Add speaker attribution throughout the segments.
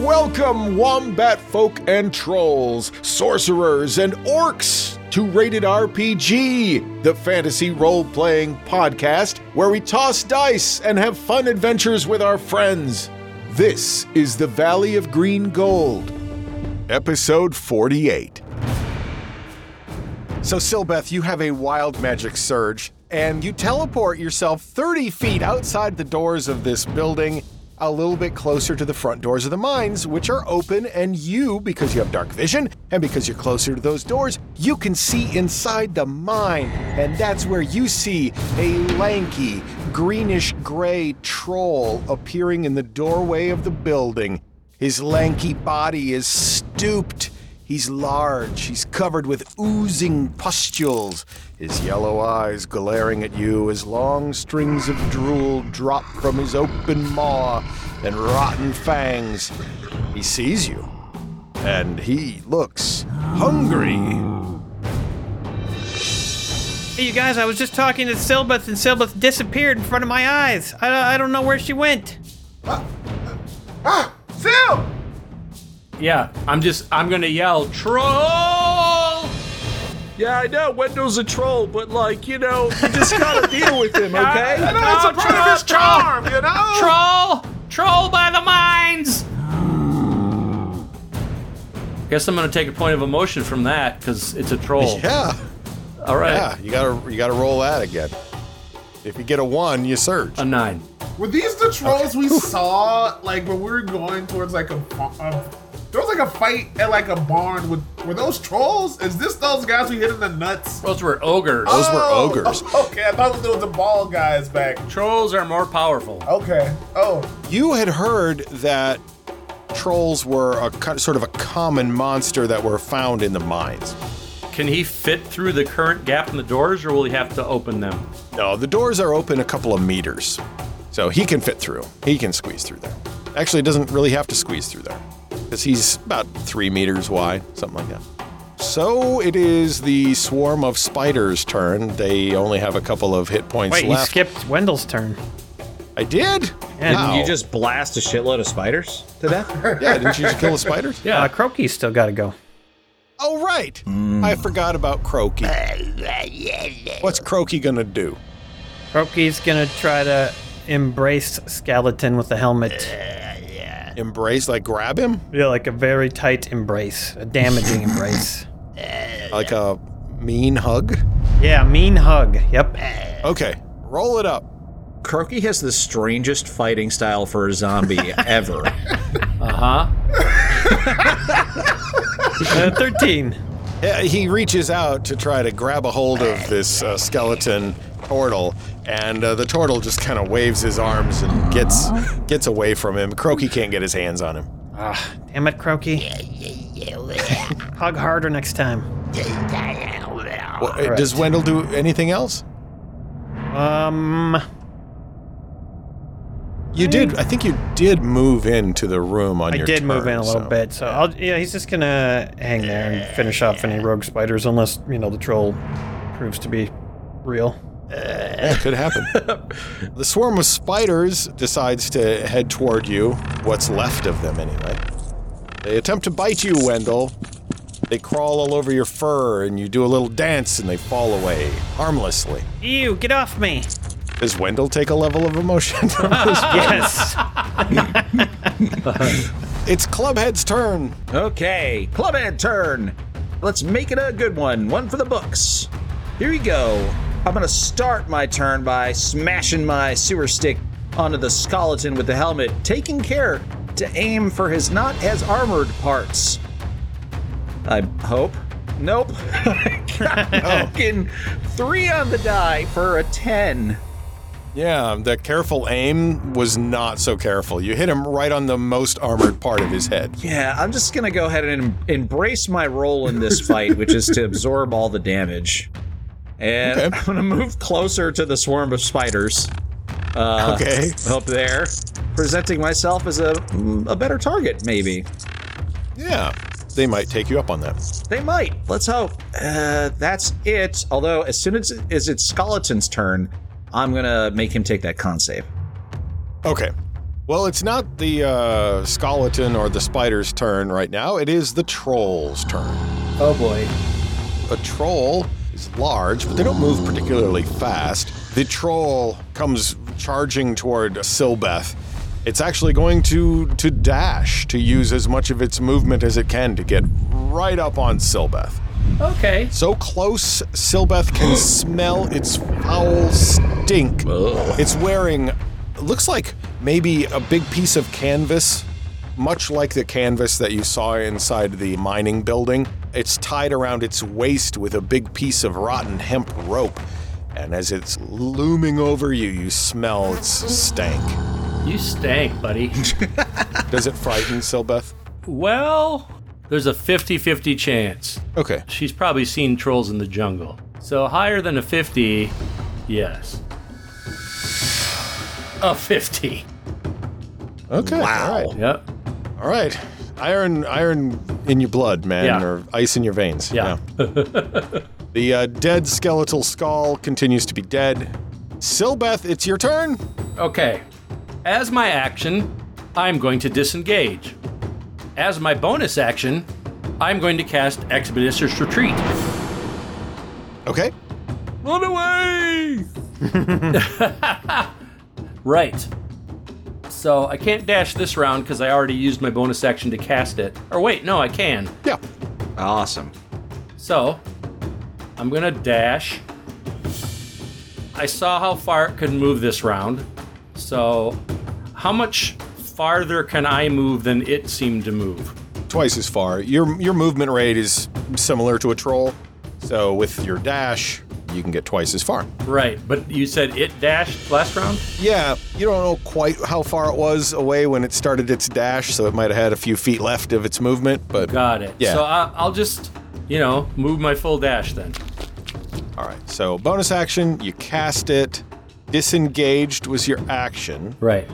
Speaker 1: Welcome, wombat folk and trolls, sorcerers and orcs, to Rated RPG, the fantasy role playing podcast where we toss dice and have fun adventures with our friends. This is the Valley of Green Gold, episode 48.
Speaker 2: So, Silbeth, you have a wild magic surge, and you teleport yourself 30 feet outside the doors of this building, a little bit closer to the front doors of the mines, which are open, and you, because you have dark vision, and because you're closer to those doors, you can see inside the mine. And that's where you see a lanky, greenish gray troll appearing in the doorway of the building. His lanky body is stooped. He's large. He's covered with oozing pustules. His yellow eyes glaring at you as long strings of drool drop from his open maw and rotten fangs. He sees you, and he looks hungry.
Speaker 3: Hey, you guys, I was just talking to Silbeth, and Silbeth disappeared in front of my eyes. I, I don't know where she went.
Speaker 4: Phil!
Speaker 5: Yeah, I'm just I'm gonna yell troll.
Speaker 4: Yeah, I know Wendell's a troll, but like, you know, you just gotta deal with him, okay?
Speaker 5: No, that's a part of his charm,
Speaker 4: you know?
Speaker 5: Troll, troll by the mines. Guess I'm gonna take a point of emotion from that because it's a troll.
Speaker 2: Yeah,
Speaker 5: All right,
Speaker 2: yeah. You gotta, you gotta roll that again. If you get a one, you surge.
Speaker 5: a nine.
Speaker 6: Were these the trolls we saw, like when we were going towards like a, a there was like a fight at like a barn with were those trolls? Is this those guys we hit in the nuts?
Speaker 5: Trolls were ogres. Uh,
Speaker 2: Those were ogres.
Speaker 6: Okay, I thought it was the ball guys back.
Speaker 5: Trolls are more powerful.
Speaker 6: Okay. Oh,
Speaker 2: You had heard that trolls were a co- sort of a common monster that were found in the mines.
Speaker 5: Can he fit through the current gap in the doors, or will he have to open them?
Speaker 2: No, the doors are open a couple of meters, so he can fit through. He can squeeze through there. Actually, he doesn't really have to squeeze through there because he's about three meters wide, something like that. So it is the swarm of spiders' turn. They only have a couple of hit points
Speaker 3: Wait, you
Speaker 2: left.
Speaker 3: skipped Wendell's turn.
Speaker 2: I did.
Speaker 3: And
Speaker 2: Wow.
Speaker 7: You just blast a shitload of spiders to death?
Speaker 2: yeah, didn't you just kill the spiders?
Speaker 3: Uh, Croaky's still got to go.
Speaker 2: Oh, right. I forgot about Croaky. What's Croaky gonna do?
Speaker 3: Croaky's gonna try to embrace Skeleton with the helmet.
Speaker 2: Embrace, like grab him?
Speaker 3: Yeah, like a very tight embrace, a damaging embrace.
Speaker 2: Like a mean hug?
Speaker 3: Yeah, mean hug. Yep.
Speaker 2: Okay, roll it up.
Speaker 7: Croaky has the strangest fighting style for a zombie ever.
Speaker 5: Uh huh.
Speaker 3: Uh, 13.
Speaker 2: Uh, He reaches out to try to grab a hold of this uh, skeleton turtle, and uh, the turtle just kind of waves his arms and gets gets away from him. Croaky can't get his hands on him.
Speaker 3: Damn it, Croaky. Hug harder next time.
Speaker 2: Well, uh, Does Wendell do anything else?
Speaker 3: Um,
Speaker 2: You did. I think you did move into the room on
Speaker 3: I
Speaker 2: your.
Speaker 3: did move
Speaker 2: turn,
Speaker 3: in a little
Speaker 2: so-
Speaker 3: bit, so I'll, yeah, he's just gonna hang there and finish off any rogue spiders, unless you know the troll proves to be real.
Speaker 2: Yeah, it could happen. the swarm of spiders decides to head toward you. What's left of them, anyway. They attempt to bite you, Wendell. They crawl all over your fur, and you do a little dance, and they fall away harmlessly.
Speaker 3: Ew! Get off me! Ah.
Speaker 2: Does Wendell take a level of emotion? from this?
Speaker 3: Yes.
Speaker 2: it's Clubhead's turn.
Speaker 7: okay, clubhead turn. Let's make it a good one. One for the books. Here we go. I'm gonna start my turn by smashing my sewer stick onto the skeleton with the helmet, taking care to aim for his not as armored parts. I hope. Nope. Fucking three on the die for a ten.
Speaker 2: Yeah, the careful aim was not so careful. You hit him right on the most armored part of his head.
Speaker 7: Yeah, I'm just gonna go ahead and em- embrace my role in this fight, which is to absorb all the damage. And
Speaker 2: Okay.
Speaker 7: I'm gonna move closer to the swarm of spiders. Uh,
Speaker 2: Okay.
Speaker 7: Up there, presenting myself as a a better target, maybe.
Speaker 2: Yeah, they might take you up on that.
Speaker 7: They might. Let's hope. Uh, that's it. Although, as soon as, as it's Skeleton's turn, I'm gonna make him take that con save.
Speaker 2: Okay. Well, it's not the uh, skeleton or the spider's turn right now. It is the troll's turn.
Speaker 3: Oh boy.
Speaker 2: A troll is large, but they don't move particularly fast. The troll comes charging toward Silbeth. It's actually going to to dash to use as much of its movement as it can to get right up on Silbeth.
Speaker 5: Okay.
Speaker 2: So close, Silbeth can smell its foul stink. It's wearing, looks like maybe a big piece of canvas, much like the canvas that you saw inside the mining building. It's tied around its waist with a big piece of rotten hemp rope. And as it's looming over you, you smell its stank.
Speaker 5: You stank, buddy.
Speaker 2: Does it frighten Silbeth?
Speaker 5: well, there's a 50 50 chance.
Speaker 2: Okay.
Speaker 5: She's probably seen trolls in the jungle. So higher than a 50, yes. A 50.
Speaker 2: Okay. Wow. All right.
Speaker 5: Yep.
Speaker 2: All right. Iron, iron in your blood, man,
Speaker 5: Yeah.
Speaker 2: or ice in your veins.
Speaker 5: Yeah.
Speaker 2: The uh, dead skeletal skull continues to be dead. Silbeth, it's your turn.
Speaker 5: Okay. As my action, I'm going to disengage. As my bonus action, I'm going to cast Expeditious Retreat.
Speaker 2: Okay.
Speaker 4: Run away!
Speaker 5: Right. So I can't dash this round because I already used my bonus action to cast it. Or wait, no, I can.
Speaker 2: Yeah.
Speaker 7: Awesome.
Speaker 5: So I'm going to dash. I saw how far it could move this round. So how much farther can I move than it seemed to move?
Speaker 2: Twice as far. Your your movement rate is similar to a troll, so with your dash, you can get twice as far.
Speaker 5: Right, but you said it dashed last round?
Speaker 2: Yeah, you don't know quite how far it was away when it started its dash, so it might have had a few feet left of its movement. But
Speaker 5: Got it.
Speaker 2: Yeah.
Speaker 5: So I, I'll just, you know, move my full dash then.
Speaker 2: all right. So bonus action, you cast it. Disengaged was your action.
Speaker 5: Right.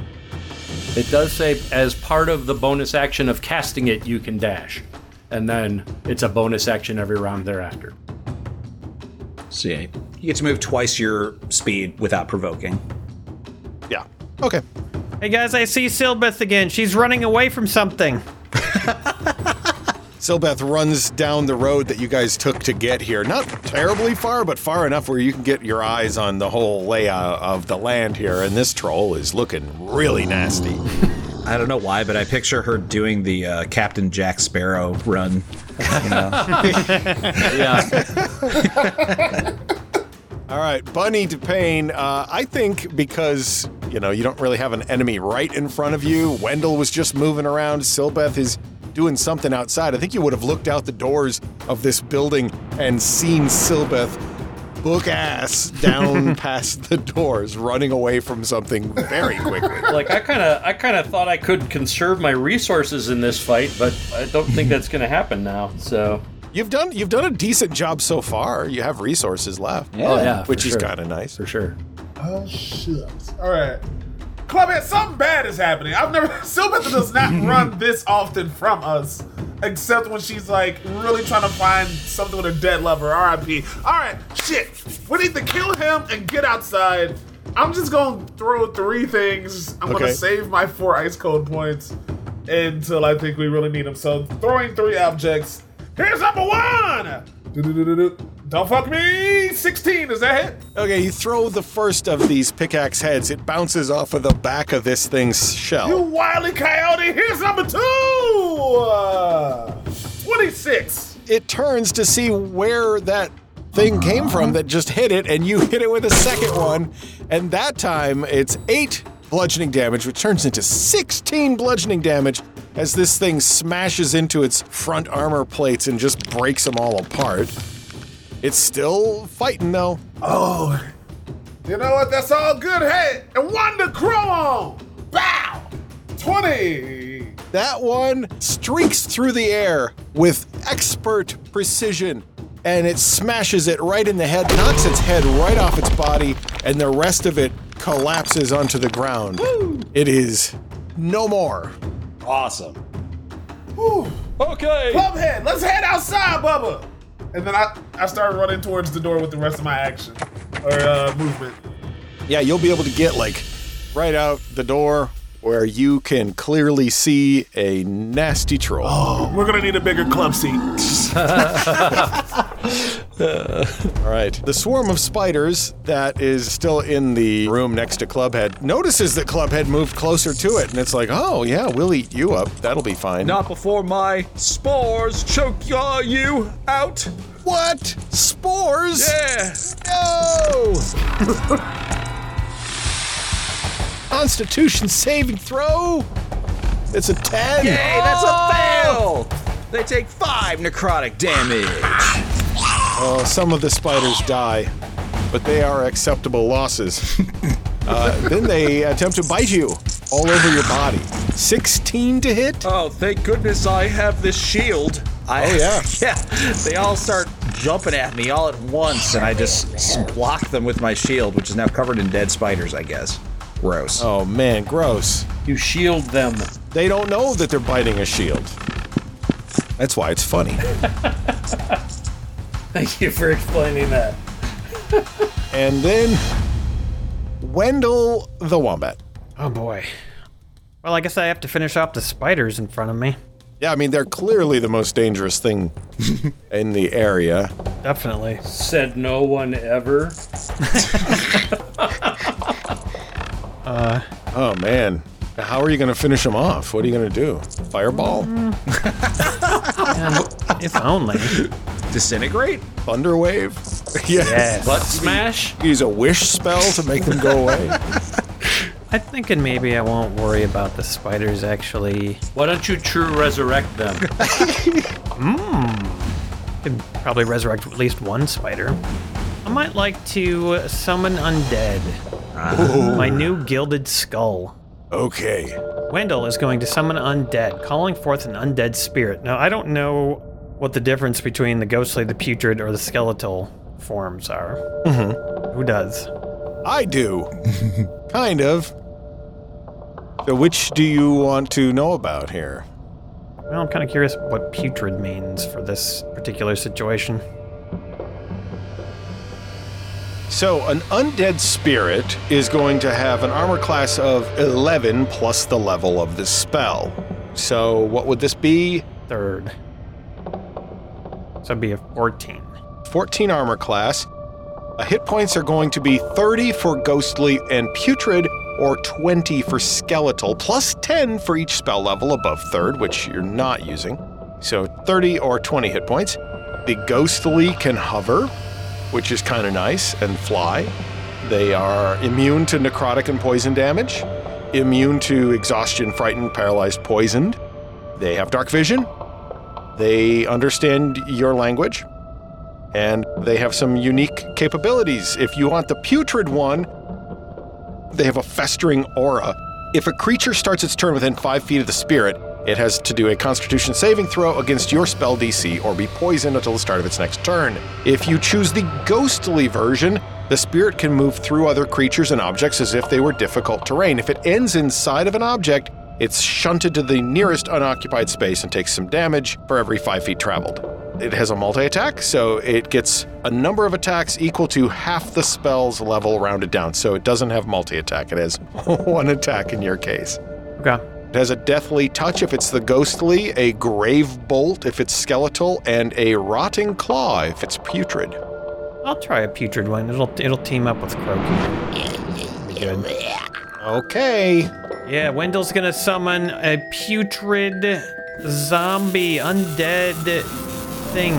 Speaker 5: It does say as part of the bonus action of casting it, you can dash. And then it's a bonus action every round thereafter.
Speaker 7: See, you get to move twice your speed without provoking.
Speaker 2: Yeah. Okay.
Speaker 3: Hey guys, I see Silbeth again. She's running away from something.
Speaker 2: Silbeth runs down the road that you guys took to get here. Not terribly far, but far enough where you can get your eyes on the whole layout of the land here. And this troll is looking really nasty.
Speaker 7: I don't know why, but I picture her doing the uh, Captain Jack Sparrow run. You know?
Speaker 5: Yeah.
Speaker 2: All right, Bunny DePayne, uh, I think because, you know, you don't really have an enemy right in front of you. Wendell was just moving around. Silbeth is doing something outside. I think you would have looked out the doors of this building and seen Silbeth book ass down past the doors, running away from something very quickly.
Speaker 5: like I kind of I kind of thought I could conserve my resources in this fight, but I don't think that's going to happen now. So,
Speaker 2: You've done you've done a decent job so far. You have resources left.
Speaker 5: oh yeah,
Speaker 2: Which
Speaker 5: for
Speaker 2: is
Speaker 5: sure.
Speaker 2: kind of nice.
Speaker 5: for sure.
Speaker 6: Oh shit! All right, Clubhead, something bad is happening. I've never Sylvester does not run this often from us, except when she's like really trying to find something with a dead lover. R.I.P. All right, shit. We need to kill him and get outside. I'm just gonna throw three things. I'm
Speaker 2: Okay.
Speaker 6: gonna save my four ice code points until I think we really need them. So throwing three objects. Here's number one. Do-do-do-do-do. Don't fuck me. 16. Is that hit?
Speaker 2: Okay, you throw the first of these pickaxe heads. It bounces off of the back of this thing's
Speaker 6: You
Speaker 2: shell.
Speaker 6: wily coyote, here's number two! Uh, 26.
Speaker 2: It turns to see where that thing came from that just hit it, and you hit it with a second one. And that time, it's eight bludgeoning damage, which turns into 16 bludgeoning damage as this thing smashes into its front armor plates and just breaks them all apart. It's still fighting, though.
Speaker 6: Oh. You know what? That's all good. Hey, and one to crow on. Bow! 20.
Speaker 2: That one streaks through the air with expert precision and it smashes it right in the head, knocks its head right off its body, and the rest of it collapses onto the ground. It is no more.
Speaker 7: awesome.
Speaker 6: Whew.
Speaker 4: Okay.
Speaker 6: Clubhead, let's head outside, Bubba. And then I, I start running towards the door with the rest of my action or uh, movement.
Speaker 2: Yeah, you'll be able to get like right out the door, where you can clearly see a nasty troll.
Speaker 6: We're gonna need a bigger club seat.
Speaker 2: All right. The swarm of spiders that is still in the room next to Clubhead notices that Clubhead moved closer to it, and it's like, oh, yeah, we'll eat you up. That'll be fine.
Speaker 7: Not before my spores choke uh, you out. Eh.
Speaker 2: What? Spores?
Speaker 7: Yeah.
Speaker 2: No! Constitution saving throw? It's a 10.
Speaker 7: Hey, that's a fail. Oh! They take five necrotic damage.
Speaker 2: Oh, some of the spiders die, but they are acceptable losses. uh, then they attempt to bite you all over your body. 16 to hit?
Speaker 7: Oh, thank goodness I have this shield. I,
Speaker 2: Oh, yeah.
Speaker 7: yeah. They all start jumping at me all at once, and I just s- block them with my shield, which is now covered in dead spiders, I guess. Gross.
Speaker 2: Oh man, gross.
Speaker 5: You shield them.
Speaker 2: They don't know that they're biting a shield. That's why it's funny.
Speaker 5: Thank you for explaining that.
Speaker 2: And then Wendell the Wombat.
Speaker 3: Oh boy. Well, I guess I have to finish off the spiders in front of me.
Speaker 2: Yeah, I mean, they're clearly the most dangerous thing in the area.
Speaker 3: Definitely.
Speaker 5: Said no one ever.
Speaker 2: Oh man. How are you going to finish them off? What are you going to do? Fireball?
Speaker 3: If only.
Speaker 7: Disintegrate?
Speaker 2: Thunder wave? Yeah.
Speaker 5: Butt smash?
Speaker 2: Use a wish spell to make them go away.
Speaker 3: I'm thinking maybe I won't worry about the spiders actually.
Speaker 5: Why don't you true resurrect them?
Speaker 3: Could probably resurrect at least one spider. I might like to summon undead. My new gilded skull.
Speaker 2: okay.
Speaker 3: Wendell is going to summon undead, calling forth an undead spirit. Now, I don't know what the difference between the ghostly, the putrid, or the skeletal forms are. Mm-hmm. Who does?
Speaker 2: I do. kind of. So which do you want to know about here?
Speaker 3: Well, I'm kind of curious what putrid means for this particular situation.
Speaker 2: So, an undead spirit is going to have an armor class of 11 plus the level of this spell. So, what would this be?
Speaker 3: Third. So it'd be a 14.
Speaker 2: 14 armor class. Uh, hit points are going to be 30 for ghostly and putrid, or 20 for skeletal, plus 10 for each spell level above third, which you're not using. So 30 or 20 hit points. The ghostly can hover, which is kind of nice, and fly. They are immune to necrotic and poison damage, immune to exhaustion, frightened, paralyzed, poisoned. They have dark vision. They understand your language and they have some unique capabilities. If you want the putrid one, they have a festering aura. If a creature starts its turn within five feet of the spirit, it has to do a constitution saving throw against your spell DC or be poisoned until the start of its next turn. If you choose the ghostly version, the spirit can move through other creatures and objects as if they were difficult terrain. If it ends inside of an object, it's shunted to the nearest unoccupied space and takes some damage for every five feet traveled. It has a multi attack, so it gets a number of attacks equal to half the spell's level rounded down. So it doesn't have multi attack, it has one attack in your case.
Speaker 3: Okay.
Speaker 2: It has a deathly touch if it's the ghostly, a grave bolt if it's skeletal, and a rotting claw if it's putrid.
Speaker 3: I'll try a putrid one. It'll it'll team up with Croaky. Be good.
Speaker 2: Okay.
Speaker 3: Yeah, Wendell's gonna summon a putrid zombie undead thing.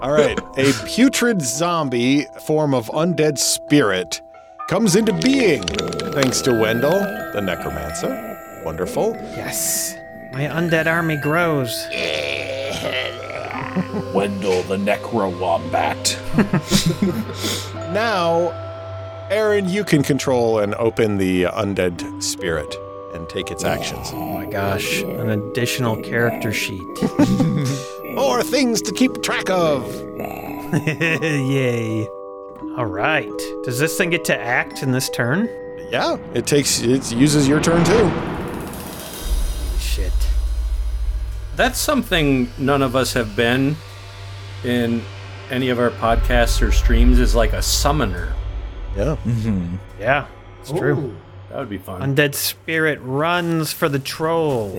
Speaker 2: All right. a putrid zombie form of undead spirit comes into being thanks to Wendell, the necromancer. Wonderful.
Speaker 3: Yes. My undead army grows.
Speaker 8: Wendell the Necro Wombat.
Speaker 2: Now, Aaron, you can control and open the undead spirit and take its actions.
Speaker 3: Oh my gosh. An additional character sheet.
Speaker 2: More things to keep track of.
Speaker 3: Yay. All right. Does this thing get to act in this turn?
Speaker 2: Yeah, it takes it uses your turn too.
Speaker 3: Shit.
Speaker 5: That's something none of us have been in any of our podcasts or streams is like a summoner.
Speaker 2: Yeah.
Speaker 3: Yeah, it's true.
Speaker 5: That would be fun.
Speaker 3: Undead spirit runs for the troll,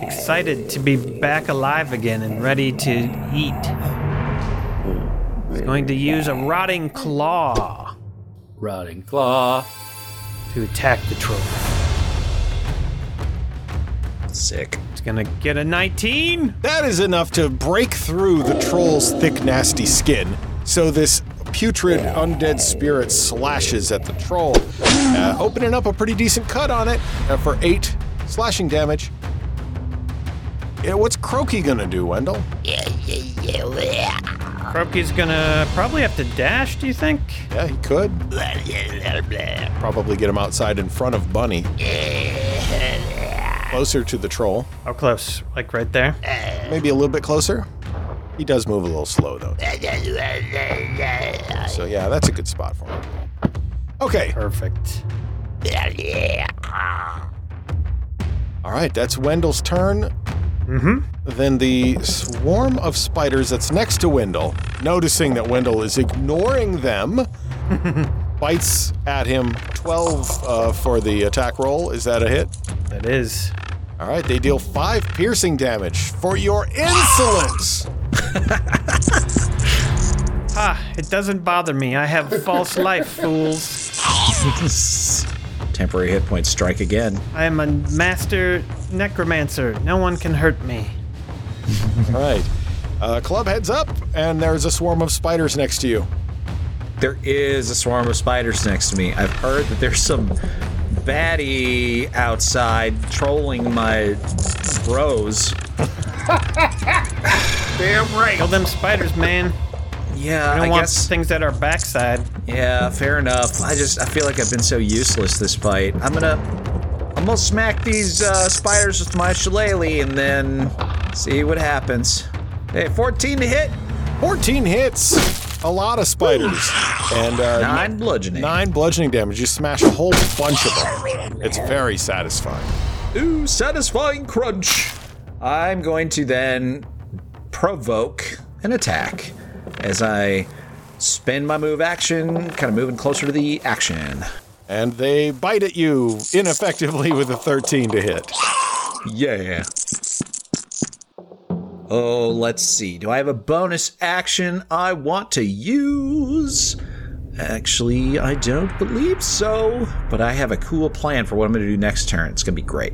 Speaker 3: excited to be back alive again and ready to eat. He's going to use a rotting claw
Speaker 5: Rotting claw.
Speaker 3: to attack the troll.
Speaker 7: Sick.
Speaker 3: It's gonna get a 19.
Speaker 2: That is enough to break through the troll's thick, nasty skin. So this putrid undead spirit slashes at the troll, uh, opening up a pretty decent cut on it uh, for eight slashing damage. Yeah, what's Croaky gonna do, Wendell?
Speaker 3: Kroki's gonna probably have to dash. Do you think?
Speaker 2: Yeah, he could. Probably get him outside in front of Bunny. Closer to the troll.
Speaker 3: How Oh, close? Like right there?
Speaker 2: Maybe a little bit closer. He does move a little slow, though. So, yeah, that's a good spot for him. Okay.
Speaker 3: Perfect.
Speaker 2: All right. That's Wendell's turn. Mm-hmm. Then the swarm of spiders that's next to Wendell, noticing that Wendell is ignoring them, bites at him. 12 uh, for the attack roll. Is that a hit?
Speaker 3: That is.
Speaker 2: All right. They deal five piercing damage for your insolence.
Speaker 3: Ah, it doesn't bother me. I have false life, fools.
Speaker 7: Temporary hit points strike again.
Speaker 3: I am a master necromancer. No one can hurt me.
Speaker 2: All right. Uh, club heads up, and there's a swarm of spiders next to you.
Speaker 7: There is a swarm of spiders next to me. I've heard that there's some baddie outside trolling my bros.
Speaker 6: Damn right.
Speaker 3: Kill them spiders, man.
Speaker 7: Yeah,
Speaker 3: I don't
Speaker 7: I
Speaker 3: want
Speaker 7: guess.
Speaker 3: things at our backside.
Speaker 7: Yeah, fair enough. I just I feel like I've been so useless this fight. I'm gonna I'm gonna smack these uh, spiders with my shillelagh and then see what happens. Hey, 14 to hit,
Speaker 2: 14 hits, a lot of spiders, and uh,
Speaker 7: nine bludgeoning.
Speaker 2: nine bludgeoning damage. You smash a whole bunch of them. It's very satisfying.
Speaker 7: Ooh, satisfying crunch. I'm going to then provoke an attack as I spend my move action, kind of moving closer to the action.
Speaker 2: And they bite at you ineffectively with a 13 to hit.
Speaker 7: Yeah. Oh, let's see. Do I have a bonus action I want to use? Actually, I don't believe so, but I have a cool plan for what I'm going to do next turn. It's going to be great.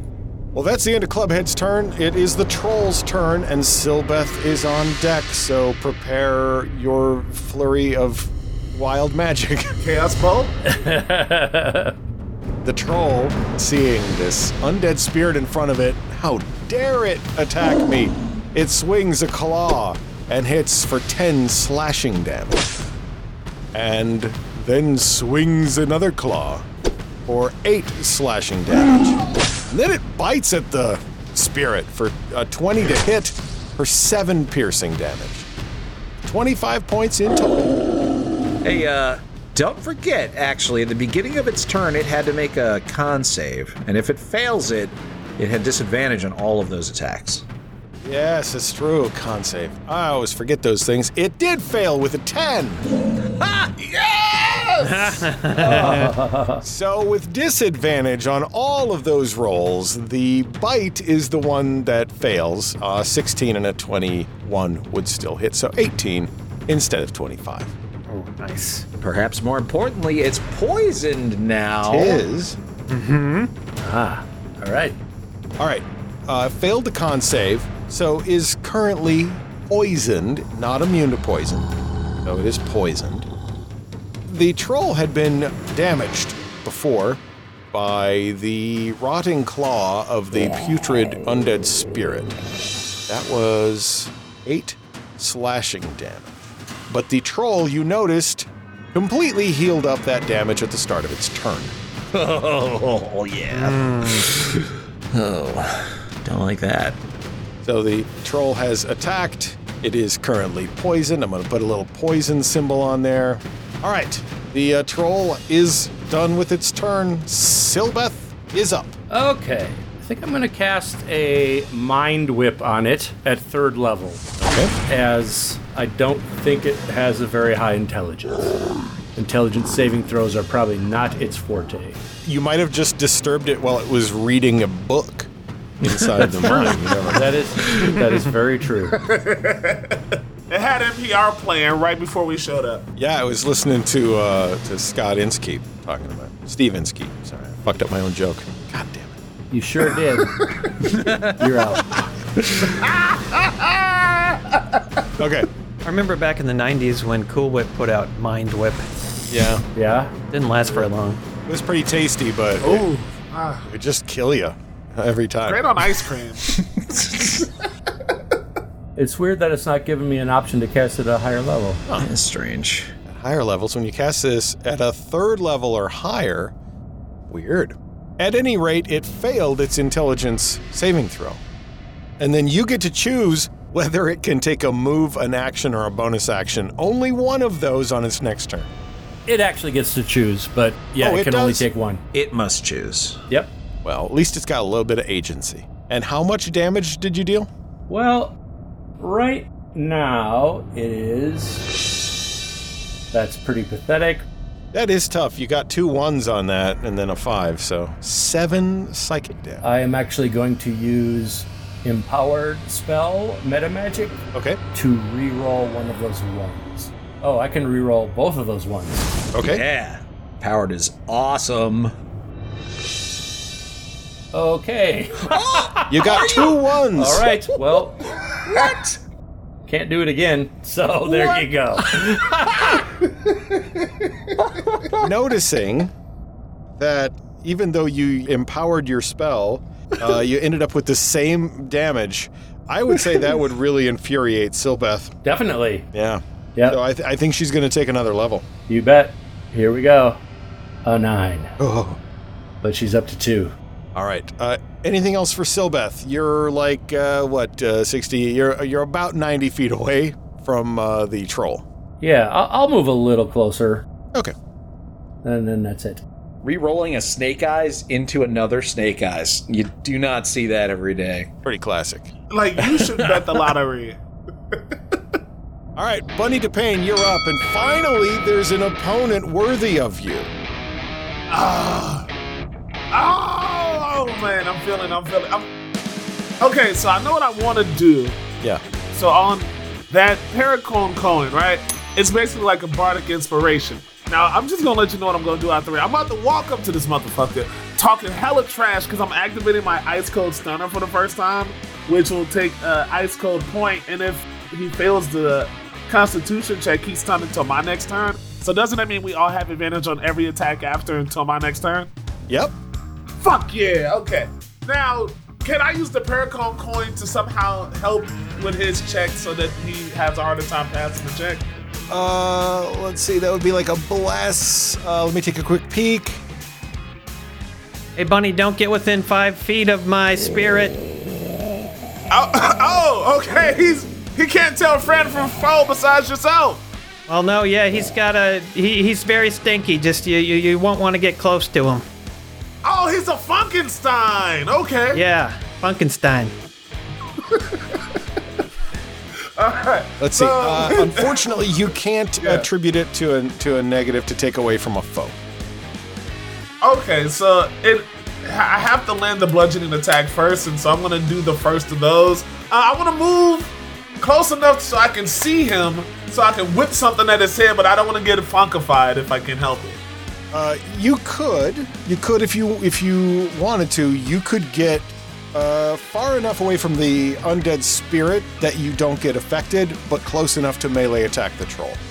Speaker 2: Well, that's the end of Clubhead's turn. It is the troll's turn, and Silbeth is on deck. So prepare your flurry of wild magic.
Speaker 6: Chaos Bolt.
Speaker 2: The troll, seeing this undead spirit in front of it, how dare it attack me? It swings a claw and hits for 10 slashing damage. And then swings another claw for 8 slashing damage. And then it bites at the spirit for a 20 to hit for 7 piercing damage. 25 points in total.
Speaker 7: Hey, uh, don't forget, actually, at the beginning of its turn, it had to make a con save, and if it fails it, it had disadvantage on all of those attacks.
Speaker 2: Yes, it's true. Con save. I always forget those things. It did fail with a 10. so, with disadvantage on all of those rolls, the bite is the one that fails. Uh, 16 and a 21 would still hit. So, 18 instead of 25.
Speaker 3: Oh, nice.
Speaker 7: Perhaps more importantly, it's poisoned now.
Speaker 2: Is.
Speaker 5: All right.
Speaker 2: All right. Uh, failed the con save, so is currently poisoned, not immune to poison. So it is poisoned. The troll had been damaged before by the rotting claw of the putrid undead spirit. That was eight slashing damage. But the troll, you noticed, completely healed up that damage at the start of its turn.
Speaker 7: Oh, yeah. oh, don't like that.
Speaker 2: So the troll has attacked. It is currently poisoned. I'm going to put a little poison symbol on there. All right. The uh, troll is done with its turn. Silbeth is up.
Speaker 5: Okay. I think I'm going to cast a mind whip on it at third level,
Speaker 2: Okay.
Speaker 5: as I don't think it has a very high intelligence. Intelligence saving throws are probably not its forte.
Speaker 2: you might have just disturbed it while it was reading a book inside the mine. You never know.
Speaker 5: That is that is very true.
Speaker 6: It had NPR playing right before we showed up.
Speaker 2: Yeah, I was listening to uh, to Scott Inskeep talking about Steve Inskeep. Sorry, I fucked up my own joke. God damn it.
Speaker 5: You sure did. You're out.
Speaker 2: Okay.
Speaker 3: I remember back in the 90s when Cool Whip put out Mind Whip.
Speaker 2: Yeah,
Speaker 5: Yeah.
Speaker 3: Didn't last very long.
Speaker 2: it was pretty tasty, but it,
Speaker 6: Ooh, ah,
Speaker 2: it would just kill you every time.
Speaker 6: great on ice cream.
Speaker 5: It's weird that it's not giving me an option to cast it at a higher level.
Speaker 7: That's strange.
Speaker 2: higher levels when you cast this at a third level or higher. Weird. At any rate, it failed its intelligence saving throw. And then you get to choose whether it can take a move, an action, or a bonus action. Only one of those on its next turn.
Speaker 5: It actually gets to choose, but yeah,
Speaker 2: Oh,
Speaker 5: it,
Speaker 2: it
Speaker 5: can only
Speaker 2: does?
Speaker 5: take one.
Speaker 7: It must choose.
Speaker 5: Yep.
Speaker 2: Well, at least it's got a little bit of agency. And how much damage did you deal?
Speaker 5: Well, right now it is. That's pretty pathetic.
Speaker 2: That is tough. You got two ones on that and then a five, so seven psychic damage.
Speaker 5: I am actually going to use empowered spell meta magic
Speaker 2: Okay,
Speaker 5: to reroll one of those ones. Oh, I can reroll both of those ones.
Speaker 2: okay.
Speaker 7: Yeah. Powered is awesome.
Speaker 5: Okay.
Speaker 2: You got two ones.
Speaker 5: All right. Well. what? Can't do it again. So there you go.
Speaker 2: noticing that even though you empowered your spell, uh, you ended up with the same damage. I would say that would really infuriate Silbeth.
Speaker 5: Definitely.
Speaker 2: Yeah.
Speaker 5: Yep.
Speaker 2: So I, th- I think she's going to take another level.
Speaker 5: You bet. Here we go. A nine.
Speaker 2: Oh.
Speaker 5: But she's up to two.
Speaker 2: All right. Uh, anything else for Silbeth? You're like uh, what, uh, sixty? You're you're about ninety feet away from uh, the troll.
Speaker 5: Yeah, I'll, I'll move a little closer,
Speaker 2: Okay.
Speaker 5: and then that's it.
Speaker 7: Rerolling a snake eyes into another snake eyes. You do not see that every day.
Speaker 2: Pretty classic.
Speaker 6: like you should bet the lottery.
Speaker 2: All right, Bunny DePayne, you're up, and finally there's an opponent worthy of you.
Speaker 6: Ah. Oh, oh man, I'm feeling, I'm feeling. I'm... Okay, so I know what I want to do.
Speaker 2: Yeah.
Speaker 6: So on that Paracone Cohen, right? It's basically like a bardic inspiration. Now I'm just gonna let you know what I'm gonna do after. I'm about to walk up to this motherfucker, talking hella trash because I'm activating my ice cold stunner for the first time, which will take uh, ice cold point, and if he fails the Constitution check, he's stunned until my next turn. So doesn't that mean we all have advantage on every attack after until my next turn?
Speaker 2: Yep.
Speaker 6: Fuck yeah, okay. Now, can I use the Paracon coin to somehow help with his check so that he has a harder time passing the check?
Speaker 2: Uh, let's see. That would be like a bless. Uh, let me take a quick peek.
Speaker 3: Hey, Bunny, don't get within five feet of my spirit.
Speaker 6: Oh, oh okay. He's he can't tell friend from foe besides yourself.
Speaker 3: Well, no, yeah, he's got a. He, he's very stinky. Just you, you, you won't want to get close to him.
Speaker 6: Oh, he's a Funkenstein. Okay.
Speaker 3: Yeah, Funkenstein.
Speaker 2: Let's see. Uh, unfortunately, you can't attribute it to a to a negative to take away from a foe.
Speaker 6: Okay, so it I have to land the bludgeoning attack first, and so I'm gonna do the first of those. Uh, I want to move close enough so I can see him, so I can whip something at his head, but I don't want to get funkified if I can help it.
Speaker 2: Uh, you could, you could, if you if you wanted to, you could get uh, far enough away from the undead spirit that you don't get affected, but close enough to melee attack the troll.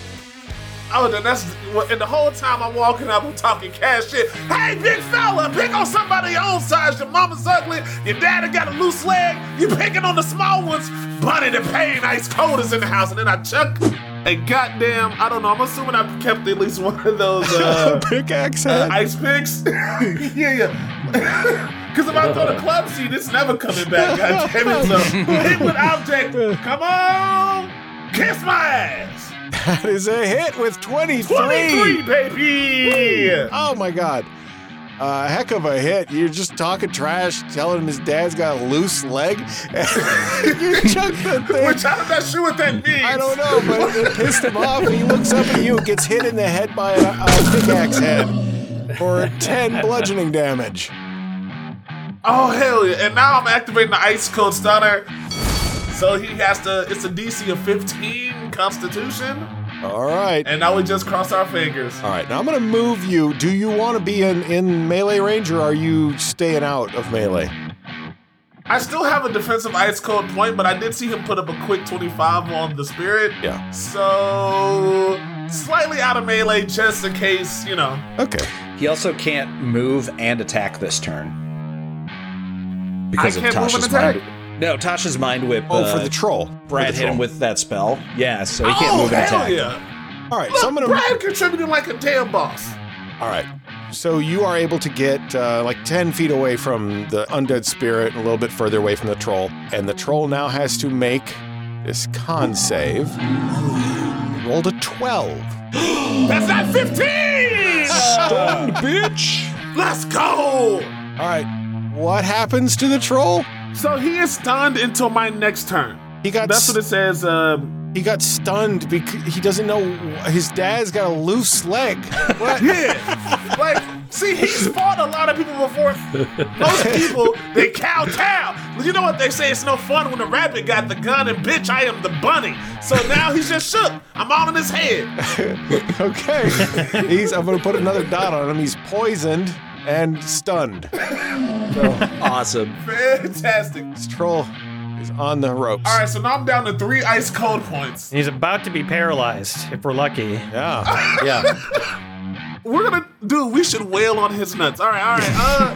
Speaker 6: Oh, then that's well, and the whole time I'm walking up, I'm talking cash shit. Hey, big fella, pick on somebody your own size. Your mama's ugly. Your daddy got a loose leg. You picking on the small ones. Bunny the pain, ice cold is in the house, and then I chuck. a goddamn, I don't know. I'm assuming I kept at least one of those uh,
Speaker 2: Pickaxe head.
Speaker 6: uh, ice picks. yeah, yeah. Because if I throw the club seat, it's never coming back. God damn it! So hit with object. Come on, kiss my ass.
Speaker 2: that is a hit with
Speaker 6: 23, baby!
Speaker 2: Oh my god. A heck of a hit. You're just talking trash, telling him his dad's got a loose leg. you chuck the thing.
Speaker 6: Which I'm not sure what that means.
Speaker 2: I don't know, but it pissed him off. He looks up at you, gets hit in the head by a, a pickaxe head. or 10 bludgeoning damage.
Speaker 6: Oh hell yeah! And now I'm activating the ice cold stunner. So he has to. It's a DC of 15 Constitution,
Speaker 2: All right.
Speaker 6: and now we just cross our fingers.
Speaker 2: All right. Now I'm going to move you. Do you want to be in, in melee range or are you staying out of melee?
Speaker 6: I still have a defensive ice cold point, but I did see him put up a quick 25 on the spirit.
Speaker 2: Yeah.
Speaker 6: So slightly out of melee, just in case you know.
Speaker 2: Okay.
Speaker 7: He also can't move and attack this turn because
Speaker 6: I
Speaker 7: of
Speaker 6: can't move and
Speaker 7: Tasha's
Speaker 6: attack?
Speaker 7: mind. No, Tasha's mind whip.
Speaker 2: Oh,
Speaker 7: uh,
Speaker 2: for the troll.
Speaker 7: Brad hit him with that spell. Yeah, so he can't
Speaker 6: oh
Speaker 7: move and
Speaker 6: hell
Speaker 7: attack.
Speaker 6: yeah!
Speaker 2: All right.
Speaker 6: Look,
Speaker 2: so I'm going to.
Speaker 6: Brad contributed like a damn boss.
Speaker 2: All right. So you are able to get uh, like 10 feet away from the undead spirit, a little bit further away from the troll. And the troll now has to make this con save. He Rolled a 12.
Speaker 6: That's not 15.
Speaker 2: Stoned, bitch!
Speaker 6: Let's go.
Speaker 2: All right. What happens to the troll?
Speaker 6: So he is stunned until my next turn.
Speaker 2: He got
Speaker 6: That's what it says. Uh,
Speaker 2: he got stunned because he doesn't know his dad's got a loose leg. What?
Speaker 6: yeah. like, see, he's fought a lot of people before. Most people, they kowtow. You know what they say? It's no fun when the rabbit got the gun, and bitch, I am the bunny. So now he's just shook. I'm all in his head.
Speaker 2: okay. He's I'm gonna put another dot on him. He's poisoned and stunned.
Speaker 7: Awesome.
Speaker 6: Fantastic.
Speaker 2: This troll is on the ropes.
Speaker 6: All right, so now I'm down to three ice cold points.
Speaker 3: He's about to be paralyzed if we're lucky.
Speaker 2: Yeah. Yeah.
Speaker 6: We're gonna, dude. We should wail on his nuts. All right, all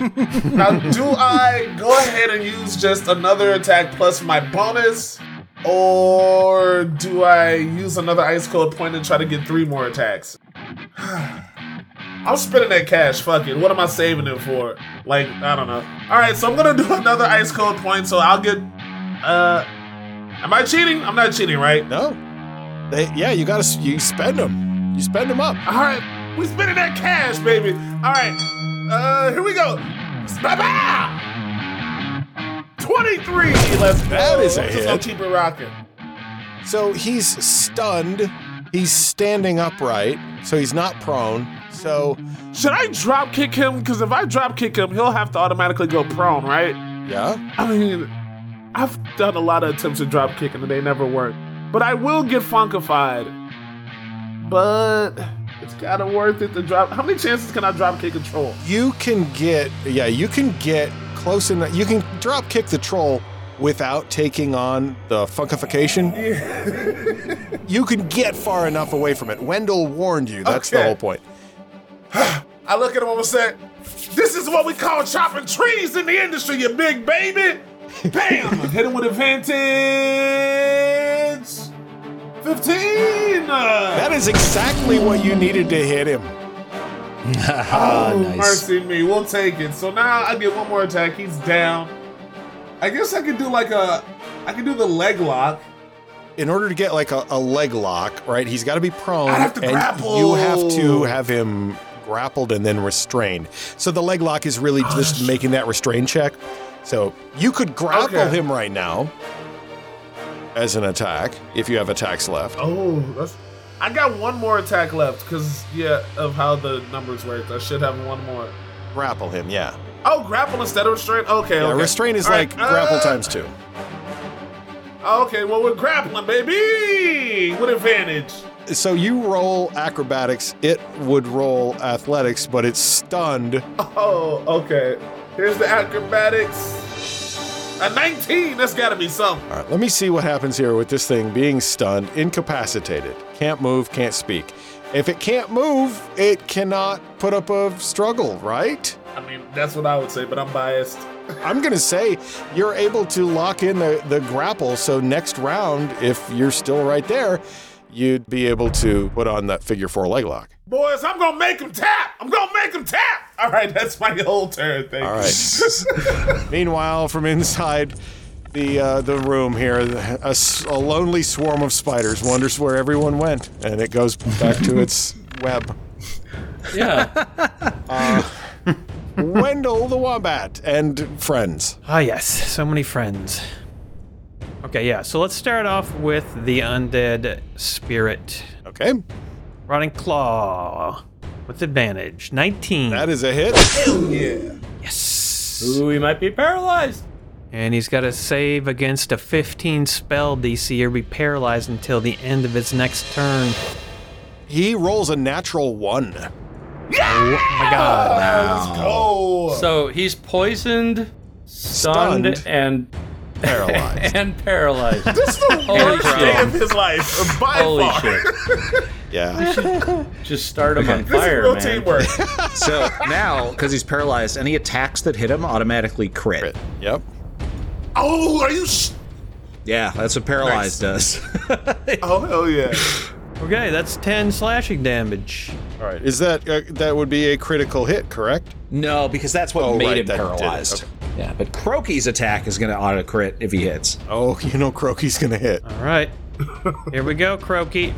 Speaker 6: right. Uh, now, do I go ahead and use just another attack plus my bonus, or do I use another ice cold point and try to get three more attacks? I'm spending that cash. Fuck it. What am I saving it for? Like, I don't know. All right, so I'm gonna do another ice cold point. So I'll get. Uh, am I cheating? I'm not cheating, right?
Speaker 2: No. They, yeah, you gotta s- you spend them. You spend them up.
Speaker 6: All right, we spending that cash, baby. All right, uh, here we go. Ba-ba! Twenty-three. Let's go.
Speaker 2: That is a
Speaker 6: I'm just gonna
Speaker 2: hit.
Speaker 6: keep it rocking.
Speaker 2: So he's stunned. He's standing upright, so he's not prone. So
Speaker 6: Should I drop kick him? Because if I drop kick him, he'll have to automatically go prone, right?
Speaker 2: yeah.
Speaker 6: I mean, I've done a lot of attempts at drop kicking and they never work. But I will get funkified. But it's kind of worth it to drop. How many chances can I drop kick control?
Speaker 2: You can get yeah, you can get close enough. You can drop kick the troll without taking on the funkification. you can get far enough away from it. Wendell warned you. That's the
Speaker 6: Okay.
Speaker 2: whole point.
Speaker 6: I look at him and say, This is what we call chopping trees in the industry, you big baby. Bam! Hit him with advantage 15. Uh,
Speaker 2: That is exactly what you needed to hit him.
Speaker 6: oh,
Speaker 7: Ah, nice.
Speaker 6: mercy me. We'll take it. So now I get one more attack. He's down. I guess I could do like a. I could do the leg lock.
Speaker 2: in order to get like a, a leg lock, right? He's got to be prone,
Speaker 6: I have to
Speaker 2: and
Speaker 6: grapple.
Speaker 2: you have to have him grappled and then restrained. So the leg lock is really just making that restrain check. So you could grapple
Speaker 6: Okay.
Speaker 2: him right now as an attack if you have attacks left.
Speaker 6: Oh, that's. I got one more attack left because, yeah, of how the numbers worked. I should have one more.
Speaker 2: Grapple him, yeah.
Speaker 6: Oh, grapple instead of restraint? Okay,
Speaker 2: Yeah,
Speaker 6: okay.
Speaker 2: Restrain is
Speaker 6: All right,
Speaker 2: like grapple
Speaker 6: uh,
Speaker 2: times two.
Speaker 6: Okay, well we're grappling, baby. With advantage.
Speaker 2: So you roll acrobatics. It would roll athletics, but it's stunned.
Speaker 6: Oh, okay. Here's the acrobatics. A 19. That's got to be something.
Speaker 2: All right, let me see what happens here with this thing being stunned, incapacitated. Can't move, can't speak. If it can't move, it cannot put up a struggle, right?
Speaker 6: I mean, that's what I would say, but I'm biased.
Speaker 2: I'm going to say you're able to lock in the, the grapple. So, next round, if you're still right there, you'd be able to put on that figure four leg lock.
Speaker 6: Boys, I'm gonna make him tap. I'm gonna make him tap. All right, that's my whole turn thing.
Speaker 2: All right. Meanwhile, from inside the uh, the room here, a, s- a lonely swarm of spiders wonders where everyone went, and it goes back to its web.
Speaker 5: Yeah.
Speaker 2: Wendell the Wombat and friends.
Speaker 3: Ah, yes, so many friends. Okay, yeah, so let's start off with the undead spirit.
Speaker 2: Okay.
Speaker 3: Rotting Claw. with advantage. 19.
Speaker 2: That is a hit.
Speaker 3: yes.
Speaker 5: Ooh, he might be paralyzed.
Speaker 3: And he's got to save against a 15 spell DC or be paralyzed until the end of his next turn.
Speaker 2: He rolls a natural one.
Speaker 3: Oh my god.
Speaker 6: Oh,
Speaker 5: So he's poisoned, stunned,
Speaker 2: Stunned.
Speaker 5: and
Speaker 2: Paralyzed.
Speaker 5: and paralyzed. This
Speaker 6: worst day of his life by
Speaker 5: Holy
Speaker 6: far.
Speaker 5: shit.
Speaker 2: yeah.
Speaker 5: Just start him on
Speaker 6: This is
Speaker 5: fire,
Speaker 6: real
Speaker 5: man.
Speaker 6: teamwork.
Speaker 7: So now, because he's paralyzed, any attacks that hit him automatically crit.
Speaker 2: Yep.
Speaker 6: oh, are you? Sh-
Speaker 7: Yeah, that's what paralyzed does.
Speaker 6: oh hell yeah!
Speaker 3: Okay, that's 10 slashing damage.
Speaker 2: All right. Is that uh, that would be a critical hit, correct?
Speaker 7: no, because that's what
Speaker 2: Oh,
Speaker 7: made
Speaker 2: right,
Speaker 7: him
Speaker 2: that did it.
Speaker 7: paralyzed.
Speaker 2: Okay.
Speaker 7: Yeah, but Croaky's attack is going to auto crit if he hits.
Speaker 2: Oh, you know Croaky's gonna hit.
Speaker 3: All right. Here we go, Croaky.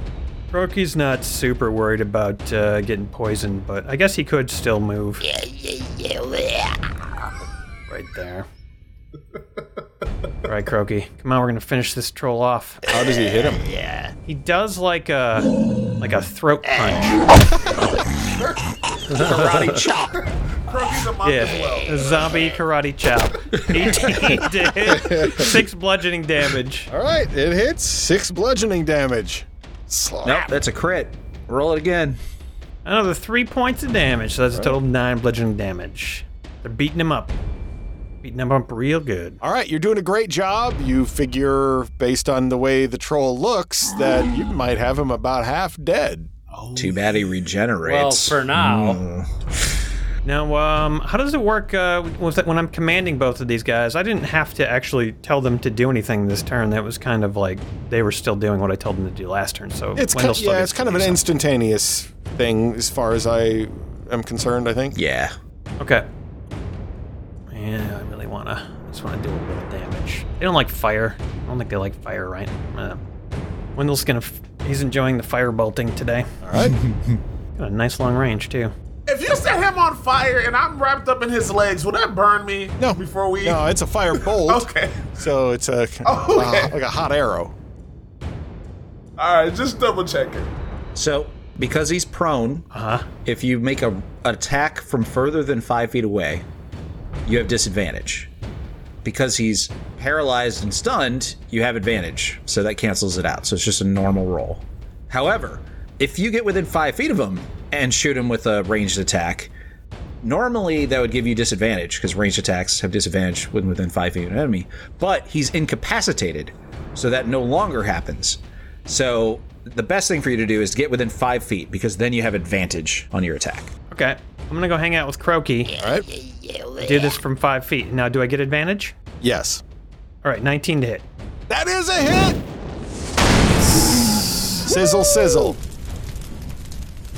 Speaker 3: Croaky's not super worried about uh, getting poisoned, but I guess he could still move. Right there. All right, Croaky. Come on, we're going to finish this troll off.
Speaker 2: How Oh, does he hit him?
Speaker 3: He does like a like a throat punch.
Speaker 7: Karate chop.
Speaker 6: Croaky's a monk as well.
Speaker 3: Yeah. Zombie karate chop. 18 to hit. 6 bludgeoning damage.
Speaker 2: All right, it hits six bludgeoning damage.
Speaker 7: Nope,
Speaker 2: Slap.
Speaker 7: that's a crit. Roll it again.
Speaker 3: Another 3 points of damage, so that's a total of 9 bludgeoning damage. They're beating him up. Beating him up real good.
Speaker 2: All right, you're doing a great job. You figure, based on the way the troll looks, that you might have him about half dead.
Speaker 7: Too bad he
Speaker 5: Well,
Speaker 7: regenerates.
Speaker 5: for now.
Speaker 6: mm.
Speaker 3: Now, um, how does it work uh, was that when I'm commanding both of these guys? I didn't have to actually tell them to do anything this turn. That was kind of like they were still doing what I told them to do last turn. So
Speaker 2: It's
Speaker 3: Wendell
Speaker 2: kind,
Speaker 3: still
Speaker 2: yeah,
Speaker 3: gets
Speaker 2: it's kind of
Speaker 3: to
Speaker 2: an
Speaker 3: do
Speaker 2: instantaneous thing, as far as I am concerned. I think.
Speaker 7: yeah.
Speaker 3: something. Okay. Yeah, I really wanna. I just wanna do a little damage. They don't like fire. I don't think they like fire, right? Uh, Wendell's gonna. F- he's enjoying the fire bolting today.
Speaker 2: All right.
Speaker 3: Got a nice long range too.
Speaker 6: If you set him on fire and I'm wrapped up in his legs, will that burn me?
Speaker 2: No.
Speaker 6: Before we.
Speaker 2: No, it's a fire bolt.
Speaker 6: Okay.
Speaker 2: So it's a
Speaker 6: Oh, okay.
Speaker 2: uh, like a hot arrow.
Speaker 6: All right, just double checking.
Speaker 7: So because he's prone,
Speaker 3: Uh huh.
Speaker 7: if you make a attack from further than five feet away, you have disadvantage. Because he's paralyzed and stunned, you have advantage. So that cancels it out. So it's just a normal roll. However, if you get within five feet of him and shoot him with a ranged attack, normally that would give you disadvantage because ranged attacks have disadvantage when within five feet of an enemy. But he's incapacitated, so that no longer happens. So the best thing for you to do is to get within five feet because then you have advantage on your attack.
Speaker 3: Okay. I'm gonna go hang out with Croaky.
Speaker 2: All right.
Speaker 3: Do this from five feet. Now, do I get advantage?
Speaker 2: Yes.
Speaker 3: All right, 19 to hit.
Speaker 2: That is a hit. Sizzle, sizzle.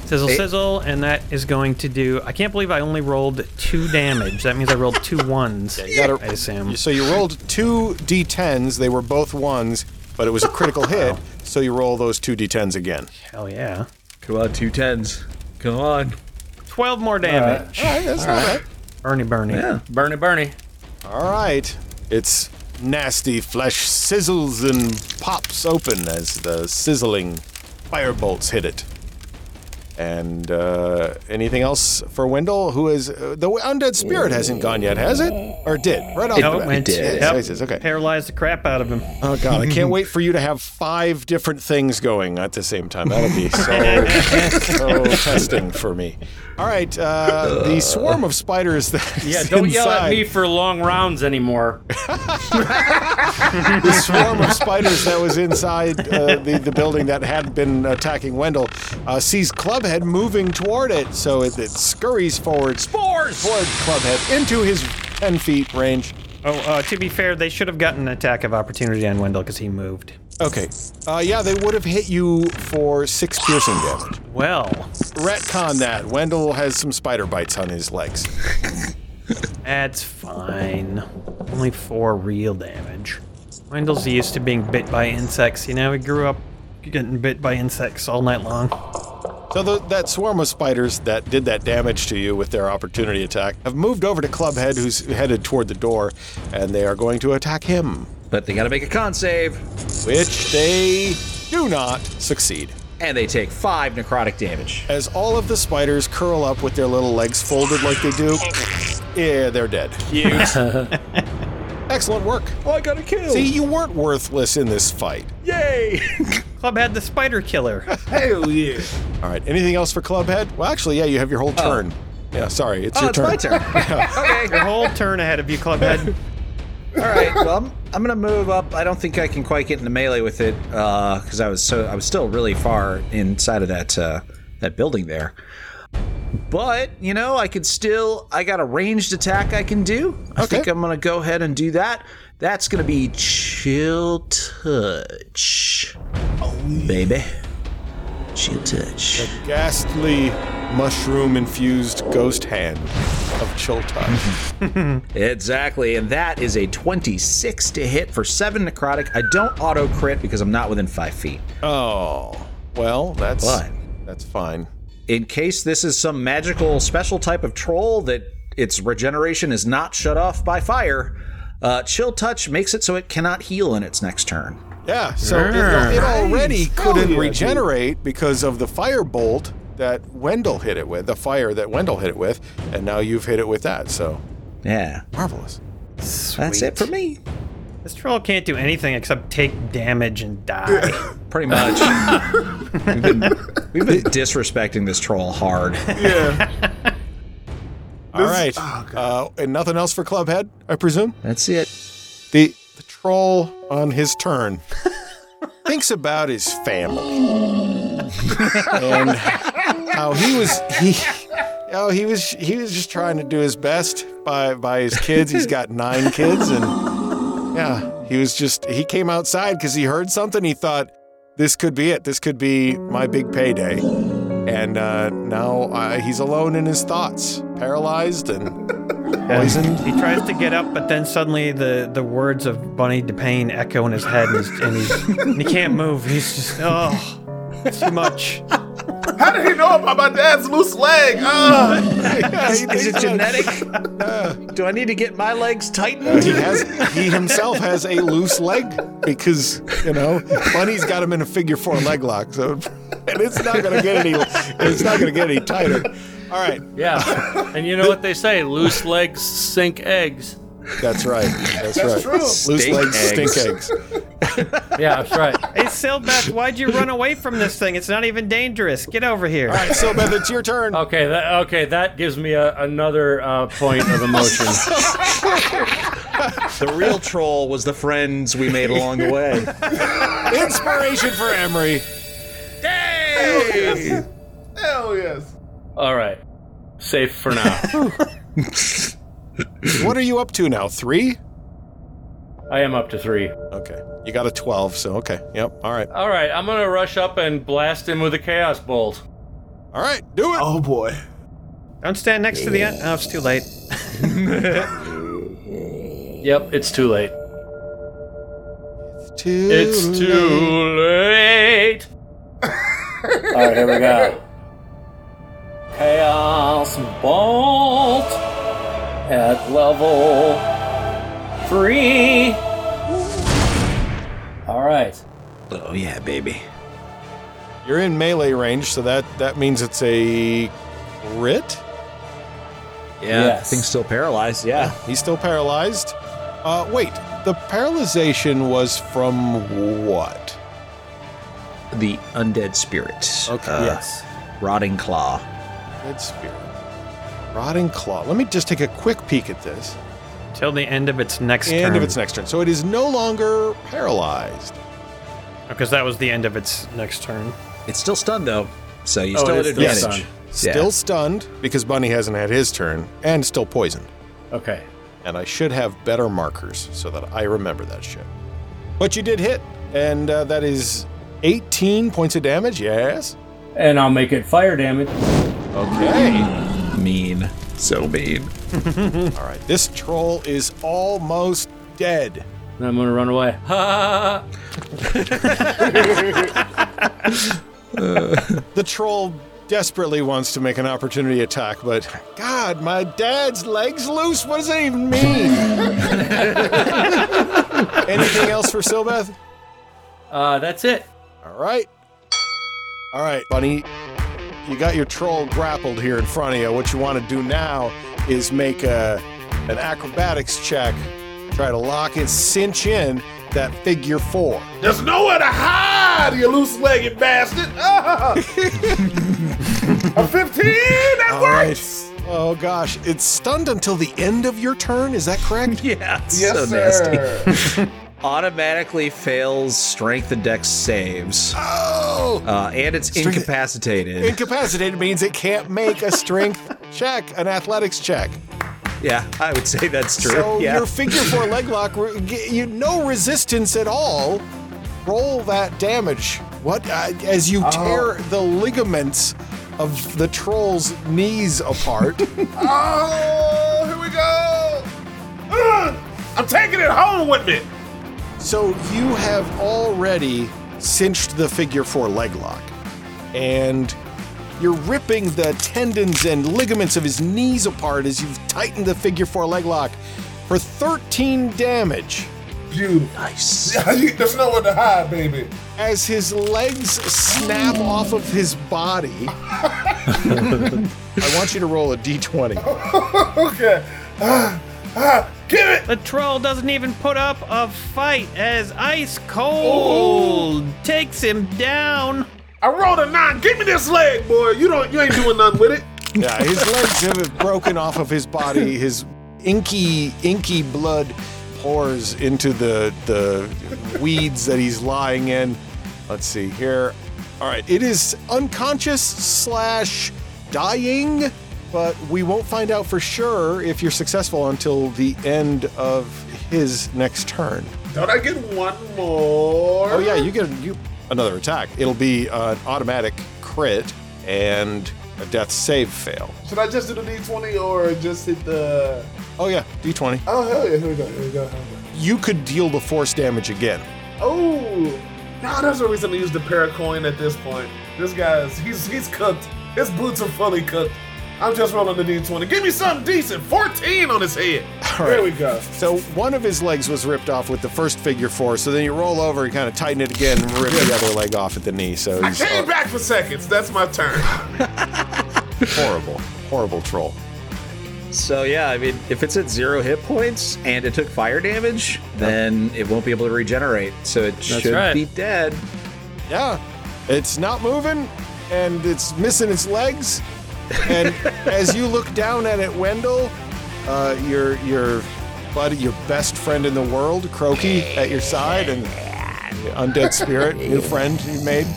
Speaker 3: Sizzle, sizzle, and that is going to do. I can't believe I only rolled two damage. That means I rolled two ones.
Speaker 2: gotta-
Speaker 3: I assume.
Speaker 2: So you rolled two d10s. They were both ones, but it was a critical hit. So you roll those two d10s again.
Speaker 3: Hell yeah.
Speaker 7: Come on, two tens. Come on.
Speaker 3: 12 more damage.
Speaker 2: All right, that's not bad.
Speaker 3: Bernie, Bernie.
Speaker 7: Yeah.
Speaker 5: Bernie, Bernie.
Speaker 2: All right. It's nasty flesh sizzles and pops open as the sizzling fire bolts hit it. And uh, anything else for Wendell, who is uh, the undead spirit hasn't gone yet, has it? Or did? Right off
Speaker 3: No,
Speaker 2: the
Speaker 3: it
Speaker 2: bat.
Speaker 3: went.
Speaker 7: did.
Speaker 2: Yes,
Speaker 3: Yep.
Speaker 2: yes, yes, okay.
Speaker 3: Paralyzed the crap out of him.
Speaker 2: Oh god, I can't wait for you to have five different things going at the same time. That'll be so, so testing for me. All right, uh, the swarm of spiders that
Speaker 5: Yeah,
Speaker 2: is
Speaker 5: don't yell at
Speaker 2: inside-
Speaker 5: me for long rounds anymore.
Speaker 2: the swarm of spiders that was inside uh, the, the building that had been attacking Wendell uh, sees Clubhead moving toward it, so it, it scurries forward, spores toward Clubhead into his 10 feet range.
Speaker 3: Oh, uh, to be fair, they should have gotten an attack of opportunity on Wendell because he moved.
Speaker 2: Okay. Uh, yeah, they would have hit you for six piercing damage.
Speaker 3: Well,
Speaker 2: Retcon that. Wendell has some spider bites on his legs.
Speaker 3: that's fine. Only four real damage. Wendell's used to being bit by insects. You know, he grew up getting bit by insects all night long.
Speaker 2: So tho- that swarm of spiders that did that damage to you with their opportunity attack have moved over to Clubhead, who's headed toward the door, and they are going to attack him.
Speaker 7: But they gotta make a con save.
Speaker 2: which they do not succeed.
Speaker 7: and they take five necrotic damage.
Speaker 2: As all of the spiders curl up with their little legs folded like they do, yeah, they're dead. Excellent work.
Speaker 8: Oh, I got a kill.
Speaker 2: See, you weren't worthless in this fight.
Speaker 8: Yay!
Speaker 3: Club had the spider killer.
Speaker 6: Hell yeah.
Speaker 2: All right. Anything else for Clubhead? Well, actually, yeah, you have your whole turn. Yeah, sorry, it's
Speaker 7: Oh,
Speaker 2: your
Speaker 7: it's
Speaker 2: turn.
Speaker 7: my turn. okay.
Speaker 3: Your whole turn ahead of you, Clubhead.
Speaker 7: All right. Well, I'm, I'm gonna move up. I don't think I can quite get into melee with it because I was so I was still really far inside of that uh, that building there. But you know, I could still. I got a ranged attack I can do. I
Speaker 2: Okay.
Speaker 7: think I'm gonna go ahead and do that. That's gonna be chill touch, baby. Chill touch.
Speaker 2: Ghastly mushroom-infused ghost hand of Chiltai.
Speaker 7: Exactly, and that is a 26 to hit for 7 necrotic. I don't auto crit because I'm not within 5 feet.
Speaker 2: oh, well, that's
Speaker 7: But-
Speaker 2: that's fine.
Speaker 7: In case this is some magical special type of troll that its regeneration is not shut off by fire, uh, Chill Touch makes it so it cannot heal in its next turn.
Speaker 2: Yeah, so it, it already couldn't regenerate because of the fire bolt that Wendell hit it with, the fire that Wendell hit it with, and now you've hit it with that. So
Speaker 7: Yeah,
Speaker 2: marvelous.
Speaker 7: that's it for me.
Speaker 3: This troll can't do anything except take damage and die.
Speaker 7: Pretty much. we've, been, we've been disrespecting this troll hard.
Speaker 2: All right, uh, and nothing else for Clubhead, I presume.
Speaker 7: That's it.
Speaker 2: The the troll on his turn thinks about his family and how he was he oh he was he was just trying to do his best by by his kids. He's got nine kids and yeah, he was just he came outside because he heard something. He thought this could be it. This could be my big payday. And uh, now uh, he's alone in his thoughts, paralyzed and poisoned.
Speaker 3: he tries to get up, but then suddenly the, the words of Bunny DePayne echo in his head, and, he's, and, he's, and he can't move. He's just oh, too much.
Speaker 6: How did he know about my dad's loose leg? Uh,
Speaker 7: Is, is it genetic? Do I need to get my legs tightened?
Speaker 2: he has he himself has a loose leg because you know Bunny's got him in a figure four leg lock, so and it's not gonna get any it's not gonna get any tighter. All right,
Speaker 5: Yeah. and you know what they say loose legs sink eggs.
Speaker 2: that's right, that's, right. Loose
Speaker 7: Stink
Speaker 2: legs stink eggs.
Speaker 7: eggs.
Speaker 5: Yeah, that's right.
Speaker 3: Hey, Silbeth, why'd you run away from this thing? It's not even dangerous. Get over here.
Speaker 2: All right, so Beth, it's your turn.
Speaker 5: Okay, that, okay, that gives me a, another uh, point of emotion.
Speaker 7: The real troll was the friends we made along the way.
Speaker 2: Inspiration for Emery.
Speaker 6: hell yes.
Speaker 5: All right. Safe for now.
Speaker 2: What are you up to now? Three?
Speaker 5: I am up to three.
Speaker 2: Okay, you got a twelve, so okay, yep. All right,
Speaker 5: All right, I'm going to rush up and blast him with a Chaos Bolt.
Speaker 2: all right, do it.
Speaker 6: Oh boy.
Speaker 3: Don't stand next to the end. Oh, it's too late.
Speaker 5: Yep, it's too late.
Speaker 2: Two.
Speaker 5: It's too late. All right, here we go. Chaos Bolt at level three. All right.
Speaker 7: Oh yeah, baby.
Speaker 2: You're in melee range, so that that means it's a crit.
Speaker 7: Yeah,
Speaker 5: Yes.
Speaker 7: thing's still paralyzed. Yeah.
Speaker 2: He's still paralyzed. Uh, wait, the paralyzation was from what?
Speaker 7: The undead spirit.
Speaker 2: Okay.
Speaker 7: Uh,
Speaker 5: yes.
Speaker 7: Rotting claw.
Speaker 2: Dead spirit. Rotting claw. Let me just take a quick peek at this.
Speaker 3: Till the end of its next
Speaker 2: End
Speaker 3: turn.
Speaker 2: of its next turn. So it is no longer paralyzed.
Speaker 3: Because Oh, that was the end of its next turn.
Speaker 7: It's still stunned though, so you
Speaker 5: Oh,
Speaker 7: still
Speaker 5: it
Speaker 7: had
Speaker 5: is still
Speaker 7: advantage.
Speaker 5: stunned.
Speaker 7: Yeah.
Speaker 2: Still stunned because Bunny hasn't had his turn, and still poisoned.
Speaker 5: Okay.
Speaker 2: And I should have better markers so that I remember that shit. But you did hit, and uh, that is 18 points of damage. Yes.
Speaker 5: And I'll make it fire damage.
Speaker 2: Okay.
Speaker 7: mean. So mean.
Speaker 2: All right. This troll is almost dead.
Speaker 5: And I'm gonna run away. Ha!
Speaker 2: The troll desperately wants to make an opportunity attack, but God, my dad's legs loose? What does that even mean? Anything else for Silbeth?
Speaker 5: Uh, that's it.
Speaker 2: All right. All right, Bunny, you got your troll grappled here in front of you. What you want to do now is make a an acrobatics check. Try to lock and cinch in that figure four.
Speaker 6: There's nowhere to hide, you loose-legged bastard. Ah. a 15? That
Speaker 2: All
Speaker 6: worked.
Speaker 2: right. Oh gosh, it's stunned until the end of your turn. Is that correct?
Speaker 7: Yeah, it's
Speaker 6: Yes,
Speaker 7: so
Speaker 6: sir.
Speaker 7: nasty. Automatically fails strength and dex saves,
Speaker 2: Oh,
Speaker 7: uh, and it's
Speaker 2: Strength-
Speaker 7: incapacitated.
Speaker 2: incapacitated means it can't make a strength check, an athletics check.
Speaker 7: yeah, I would say that's true.
Speaker 2: So
Speaker 7: yeah.
Speaker 2: your figure four leg lock, re- g- you no resistance at all. Roll that damage. What uh, as you tear the ligaments of the troll's knees apart?
Speaker 6: Oh, here we go. Ugh, I'm taking it home with me.
Speaker 2: so you have already cinched the figure four leg lock, and you're ripping the tendons and ligaments of his knees apart as you've tightened the figure four leg lock for 13 damage.
Speaker 6: Beautiful.
Speaker 7: Nice.
Speaker 6: There's nowhere to hide, baby.
Speaker 2: as his legs snap off of his body. I want you to roll a d20.
Speaker 6: Okay. Ah, ah, give it.
Speaker 3: The troll doesn't even put up a fight as ice cold
Speaker 2: Oh!
Speaker 3: takes him down.
Speaker 6: I rolled a nine. Give me this leg, boy. You don't. You ain't doing nothing with it.
Speaker 2: Yeah, his legs have broken off of his body. His inky, inky blood pours into the the weeds that he's lying in. Let's see here. All right, it is unconscious slash dying, but we won't find out for sure if you're successful until the end of his next turn.
Speaker 6: Don't I get one more?
Speaker 2: Oh yeah, you get you another attack. It'll be an automatic crit and a death save fail.
Speaker 6: Should I just do the D20 or just hit the?
Speaker 2: Oh yeah, d20.
Speaker 6: Oh hell yeah! Here we go. Here we go. Here we go.
Speaker 2: You could deal the force damage again.
Speaker 6: Oh, now there's a reason to use the paracoin at this point. This guy's he's he's cooked. His boots are fully cooked. I'm just rolling the D20. Give me something decent. 14 on his head. There we go.
Speaker 2: So one of his legs was ripped off with the first figure four. So then you roll over and kind of tighten it again and rip the other leg off at the knee. So
Speaker 6: I
Speaker 2: he's
Speaker 6: came
Speaker 2: uh,
Speaker 6: back for seconds. That's my turn.
Speaker 2: horrible, horrible troll.
Speaker 7: So yeah, I mean, if it's at zero hit points and it took fire damage, then it won't be able to regenerate. So it should
Speaker 5: right.
Speaker 7: be dead.
Speaker 2: Yeah, it's not moving and it's missing its legs. And as you look down at it, Wendell, uh, your your buddy, your best friend in the world, Croaky, at your side, and the undead spirit, new friend you made.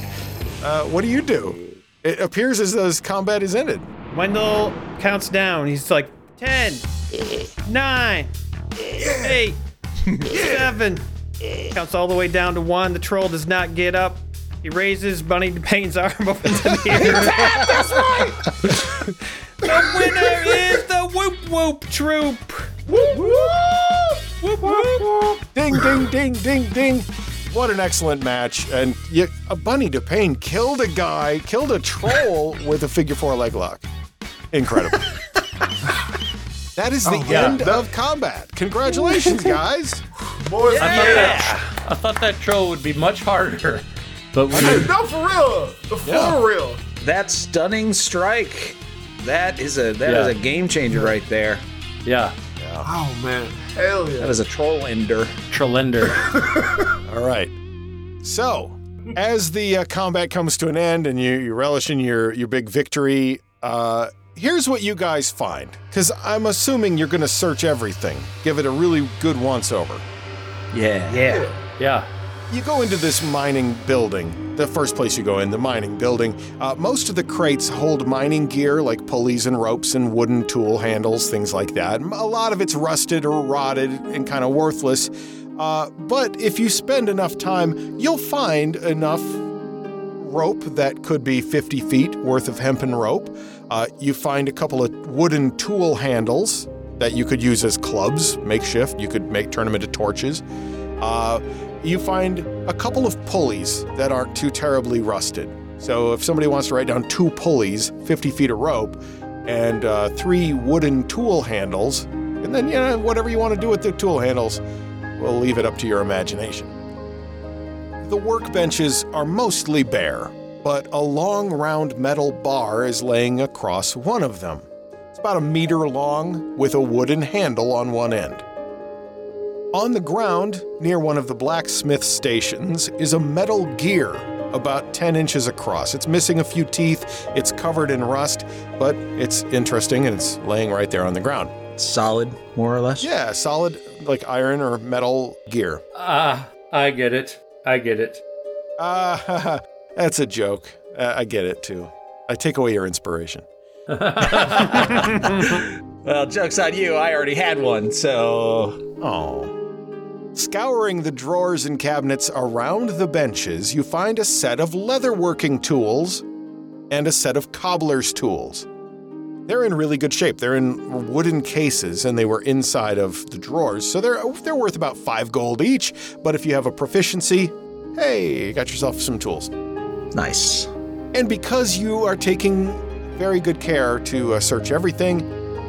Speaker 2: Uh, what do you do? It appears as though this combat is ended.
Speaker 3: Wendell counts down. He's like 10, 9, 8, 7. Counts all the way down to 1. The troll does not get up. He raises Bunny Payne's arm up into the air. the winner is the Whoop Whoop Troop. Whoop Whoop.
Speaker 2: Ding, ding, ding, ding, ding. What an excellent match. And you, a Bunny DePayne killed a guy, killed a troll with a figure four leg lock. Incredible. Oh, that is the
Speaker 6: yeah.
Speaker 2: end of combat. Congratulations, guys.
Speaker 6: Boys,
Speaker 5: I thought that troll would be much harder, but we
Speaker 6: Hey, no, for real. For real.
Speaker 7: That stunning strike. That is a that is
Speaker 5: Yeah.
Speaker 7: a game changer right there.
Speaker 5: yeah,
Speaker 6: Oh man. Hell yeah.
Speaker 7: That is a troll ender.
Speaker 5: Trollender.
Speaker 2: All right. So, as the uh, combat comes to an end and you, you relish in your, your big victory, uh, here's what you guys find. Because I'm assuming you're going to search everything, give it a really good once over.
Speaker 7: Yeah.
Speaker 3: Yeah.
Speaker 5: Yeah,
Speaker 2: You go into this mining building, the first place you go in, the mining building. Uh, most of the crates hold mining gear like pulleys and ropes and wooden tool handles, things like that. A lot of it's rusted or rotted and kind of worthless. Uh, but if you spend enough time, you'll find enough rope that could be 50 feet worth of hempen rope. Uh, you find a couple of wooden tool handles that you could use as clubs, makeshift. You could make turn them into torches. Uh, you find a couple of pulleys that aren't too terribly rusted. So if somebody wants to write down two pulleys, 50 feet of rope, and uh, three wooden tool handles, and then you know whatever you want to do with the tool handles, we'll leave it up to your imagination. The workbenches are mostly bare. but a long round metal bar is laying across one of them. It's about a meter long with a wooden handle on one end. On the ground, near one of the blacksmith stations, is a metal gear about 10 inches across. It's missing a few teeth, it's covered in rust, but it's interesting and it's laying right there on the ground.
Speaker 7: Solid, more or less.
Speaker 2: Yeah, solid like iron or metal gear.
Speaker 5: Ah, I get it. I get it.
Speaker 2: Ah, that's a joke. Uh, I get it too. I take away your inspiration.
Speaker 7: Well, joke's on you. I already had one, so.
Speaker 2: Oh. Scouring the drawers and cabinets around the benches, you find a set of leatherworking tools and a set of cobbler's tools. They're in really good shape. They're in wooden cases and they were inside of the drawers, so they're they're worth about 5 gold each, but if you have a proficiency, hey, you got yourself some tools.
Speaker 7: Nice.
Speaker 2: And because you are taking very good care to uh, search everything,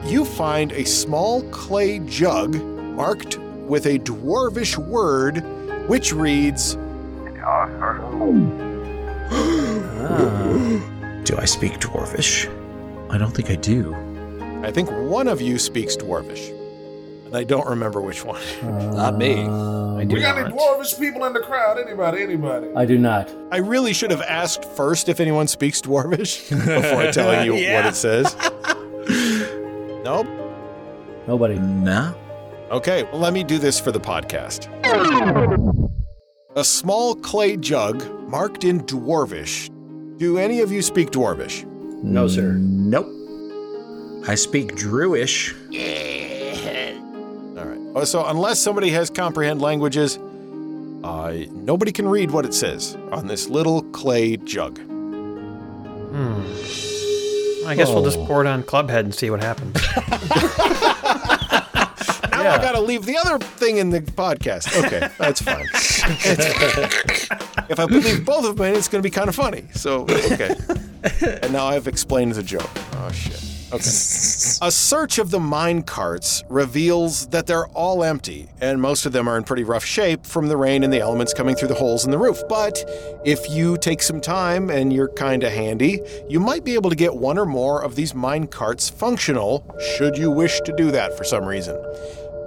Speaker 2: you find a small clay jug marked with a dwarvish word which reads
Speaker 7: Do I speak dwarfish? I don't think I do.
Speaker 2: I think one of you speaks dwarvish. And I don't remember which one.
Speaker 7: Not me.
Speaker 5: I do
Speaker 6: We got any
Speaker 5: not.
Speaker 6: dwarvish people in the crowd? Anybody? Anybody?
Speaker 5: I do not.
Speaker 2: I really should have asked first if anyone speaks dwarvish before telling you
Speaker 7: Yeah.
Speaker 2: what it says. nope.
Speaker 5: Nobody.
Speaker 7: No.
Speaker 2: Okay, well, let me do this for the podcast. A small clay jug marked in dwarvish. Do any of you speak dwarvish?
Speaker 5: No, sir.
Speaker 7: Nope. I speak druish.
Speaker 2: All right. Oh, so unless somebody has comprehend languages, uh, nobody can read what it says on this little clay jug.
Speaker 3: I guess we'll just pour it on Clubhead and see what happens.
Speaker 2: Now I gotta leave the other thing in the podcast. Okay, that's fine. It's- if I leave both of them in, it's gonna be kind of funny. So okay. and now I've explained the joke. Oh shit. Okay. A search of the mine carts reveals that they're all empty, and most of them are in pretty rough shape from the rain and the elements coming through the holes in the roof. But if you take some time and you're kind of handy, you might be able to get one or more of these mine carts functional, should you wish to do that for some reason.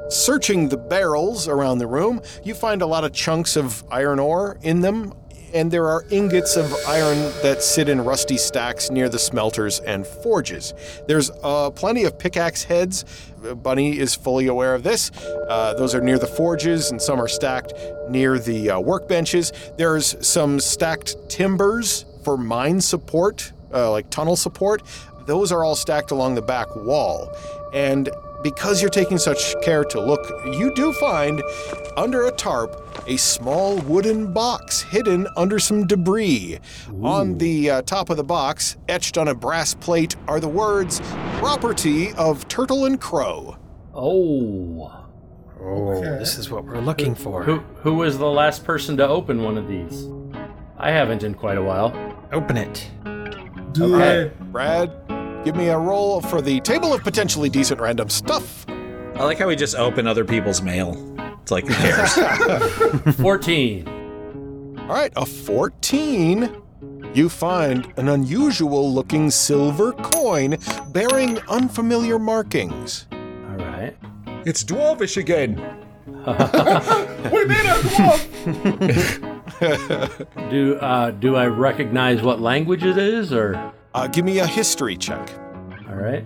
Speaker 2: Searching the barrels around the room, you find a lot of chunks of iron ore in them, and there are ingots of iron that sit in rusty stacks near the smelters and forges. There's uh, plenty of pickaxe heads. Uh, Bunny is fully aware of this. Uh, those are near the forges, and some are stacked near the uh, workbenches. There's some stacked timbers for mine support, uh, like tunnel support. Those are all stacked along the back wall. And because you're taking such care to look, you do find, under a tarp, a small wooden box hidden under some debris. On the uh, top of the box, etched on a brass plate, are the words Property of Turtle and Crow.
Speaker 5: Oh.
Speaker 3: Oh, this is what we're looking
Speaker 5: Who
Speaker 3: for.
Speaker 5: who was the last person to open one of these? I haven't in quite a while.
Speaker 3: Open it.
Speaker 6: Do
Speaker 5: Okay.
Speaker 6: it.
Speaker 2: Brad, give me a roll for the table of potentially decent random stuff.
Speaker 7: I like how we just open other people's mail. It's like, who cares?
Speaker 5: 14.
Speaker 2: All right, a 14. You find an unusual looking silver coin bearing unfamiliar markings.
Speaker 5: All right.
Speaker 7: it's dwarvish again.
Speaker 6: We need a dwarf.
Speaker 5: Do uh, do I recognize what language it is or
Speaker 2: Uh, give me a history check.
Speaker 5: All right.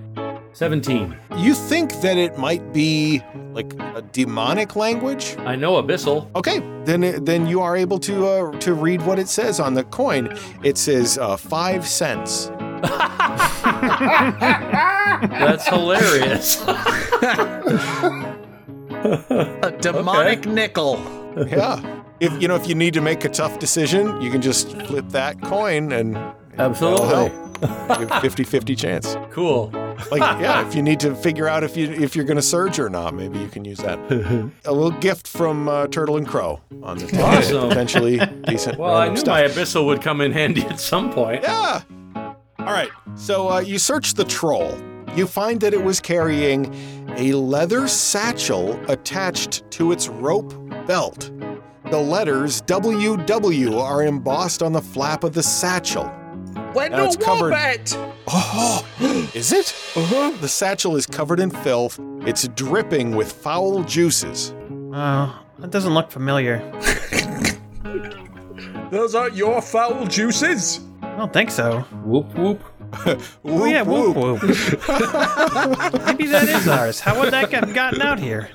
Speaker 5: 17.
Speaker 2: You think that it might be like a demonic language?
Speaker 5: I know abyssal.
Speaker 2: Okay, then it, then you are able to uh, to read what it says on the coin. It says uh, five cents.
Speaker 5: That's hilarious.
Speaker 7: A demonic nickel.
Speaker 2: Yeah. if you know if you need to make a tough decision, you can just flip that coin and
Speaker 5: Absolutely.
Speaker 2: 50-50 chance.
Speaker 5: Cool.
Speaker 2: Like yeah, if you need to figure out if you if you're going to surge or not, maybe you can use that. a little gift from uh, Turtle and Crow on the table.
Speaker 5: Awesome.
Speaker 2: Potentially decent.
Speaker 5: Well, I
Speaker 2: random
Speaker 5: knew
Speaker 2: stuff.
Speaker 5: my abyssal would come in handy at some point.
Speaker 2: Yeah. Ah. All right. So uh, you search the troll. You find that it was carrying a leather satchel attached to its rope belt. The letters WW are embossed on the flap of the satchel. Now
Speaker 7: Wendell
Speaker 2: it's covered.
Speaker 7: Wombat!
Speaker 2: Is it? Uh-huh. The satchel is covered in filth. It's dripping with foul juices.
Speaker 3: Oh, that doesn't look familiar.
Speaker 4: Those aren't your foul juices.
Speaker 3: I don't think so.
Speaker 5: Whoop whoop.
Speaker 3: Oh yeah,
Speaker 2: Whoop,
Speaker 3: whoop whoop. Maybe that is ours. How would that have gotten out here?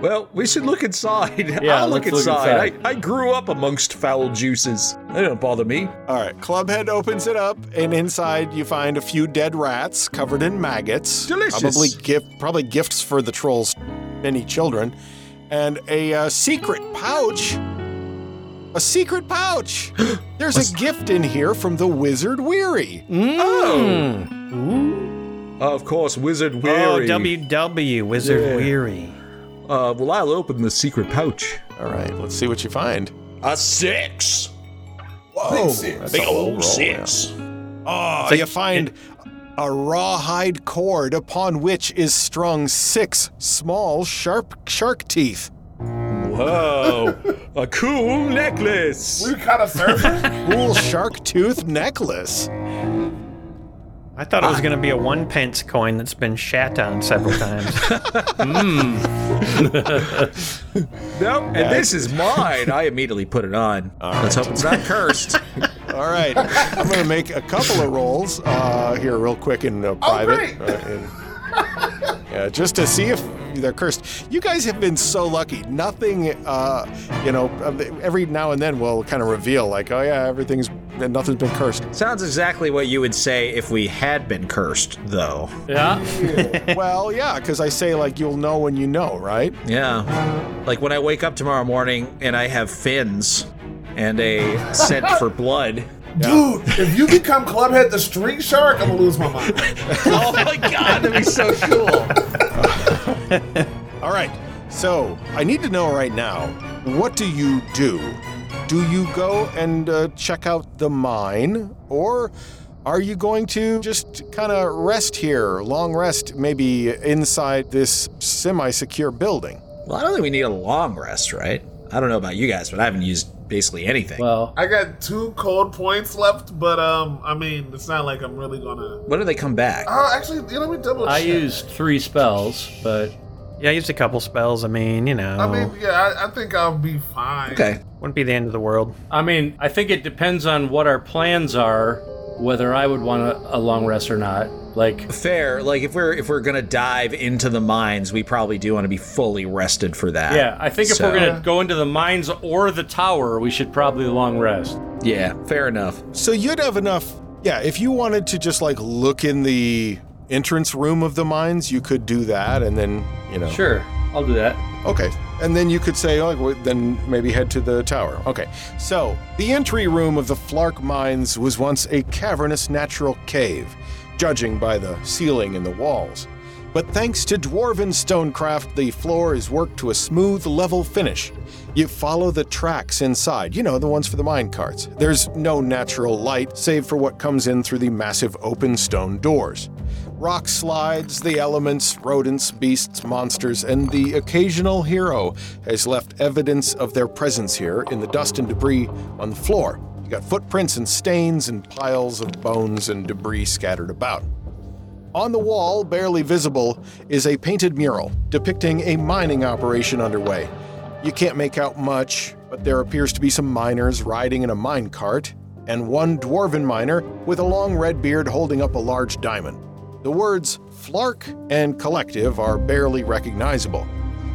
Speaker 4: Well, we should look inside.
Speaker 5: Yeah,
Speaker 4: I'll look
Speaker 5: let's look
Speaker 4: inside.
Speaker 5: inside.
Speaker 4: I, I grew up amongst foul juices. They don't bother me.
Speaker 2: All right, Clubhead opens it up, and inside you find a few dead rats covered in maggots.
Speaker 4: Delicious.
Speaker 2: Probably gift, probably gifts for the trolls' many children, and a uh, secret pouch. A secret pouch. There's a gift in here from the Wizard Weary.
Speaker 4: Oh. Of course, Wizard Weary.
Speaker 3: Oh, WW Wizard Weary.
Speaker 4: Uh, well, I'll open the secret pouch.
Speaker 2: All right, let's see what you find.
Speaker 8: A six.
Speaker 2: Oh,
Speaker 8: Big old six. Ah,
Speaker 2: So you find a rawhide cord upon which is strung six small, sharp shark teeth.
Speaker 4: Whoa. a cool necklace.
Speaker 6: We caught a surfer.
Speaker 2: Cool shark tooth necklace.
Speaker 3: I thought it was going to be a one pence coin that's been shat on several times.
Speaker 8: Nope. And this is mine. I immediately put it on. Let's hope it's not cursed.
Speaker 2: All right, I'm gonna make a couple of rolls uh, here, real quick in uh, private.
Speaker 6: great.
Speaker 2: uh, and- yeah, just to see if they're cursed. You guys have been so lucky. Nothing, uh, you know, uh, every now and then we'll kind of reveal, like, oh yeah, everything's nothing's been cursed.
Speaker 7: Sounds exactly what you would say if we had been cursed, though.
Speaker 5: Yeah.
Speaker 2: well, yeah, because I say like you'll know when you know, right?
Speaker 7: Yeah. Like when I wake up tomorrow morning and I have fins and a scent for blood.
Speaker 6: Dude, if you become Clubhead the Street Shark, I'm gonna lose my mind.
Speaker 7: Oh my god, that'd be so cool.
Speaker 2: All right. So I need to know right now, what do you do? Do you go and uh, check out the mine, or are you going to just kind of rest here, long rest, maybe inside this semi-secure building?
Speaker 7: Well, I don't think we need a long rest, right? I don't know about you guys, but I haven't used basically anything.
Speaker 5: Well,
Speaker 6: I got two cold points left, but um, I mean, it's not like I'm really gonna.
Speaker 7: when do they come back?
Speaker 6: Oh, actually, you know, let me double check.
Speaker 5: I used three spells, but
Speaker 3: yeah, I used a couple spells. I mean, you know,
Speaker 6: I mean, yeah, I, I think I'll be fine.
Speaker 7: Okay.
Speaker 3: wouldn't be the end of the world.
Speaker 5: I mean, I think it depends on what our plans are, whether I would want a, a long rest or not. Like,
Speaker 7: Fair. Like if we're if we're gonna dive into the mines, we probably do want to be fully rested for that.
Speaker 5: yeah, I think if
Speaker 7: So-
Speaker 5: we're gonna go into the mines or the tower, we should probably long rest.
Speaker 7: Yeah, fair enough.
Speaker 2: So you'd have enough, yeah. If you wanted to just like look in the entrance room of the mines, you could do that, and then you know.
Speaker 5: Sure, I'll do that.
Speaker 2: Okay. And then you could say, oh, well, then maybe head to the tower. Okay. So, the entry room of the Flark Mines was once a cavernous natural cave, judging by the ceiling and the walls. But thanks to dwarven stonecraft, the floor is worked to a smooth, level finish. You follow the tracks inside, you know, the ones for the mine carts. There's no natural light, save for what comes in through the massive open stone doors. Rock slides, the elements, rodents, beasts, monsters, and the occasional hero has left evidence of their presence here in the dust and debris on the floor. You got footprints and stains and piles of bones and debris scattered about. On the wall, barely visible, is a painted mural depicting a mining operation underway. You can't make out much, but there appears to be some miners riding in a mine cart, and one dwarven miner with a long red beard holding up a large diamond. The words Flark and Collective are barely recognizable.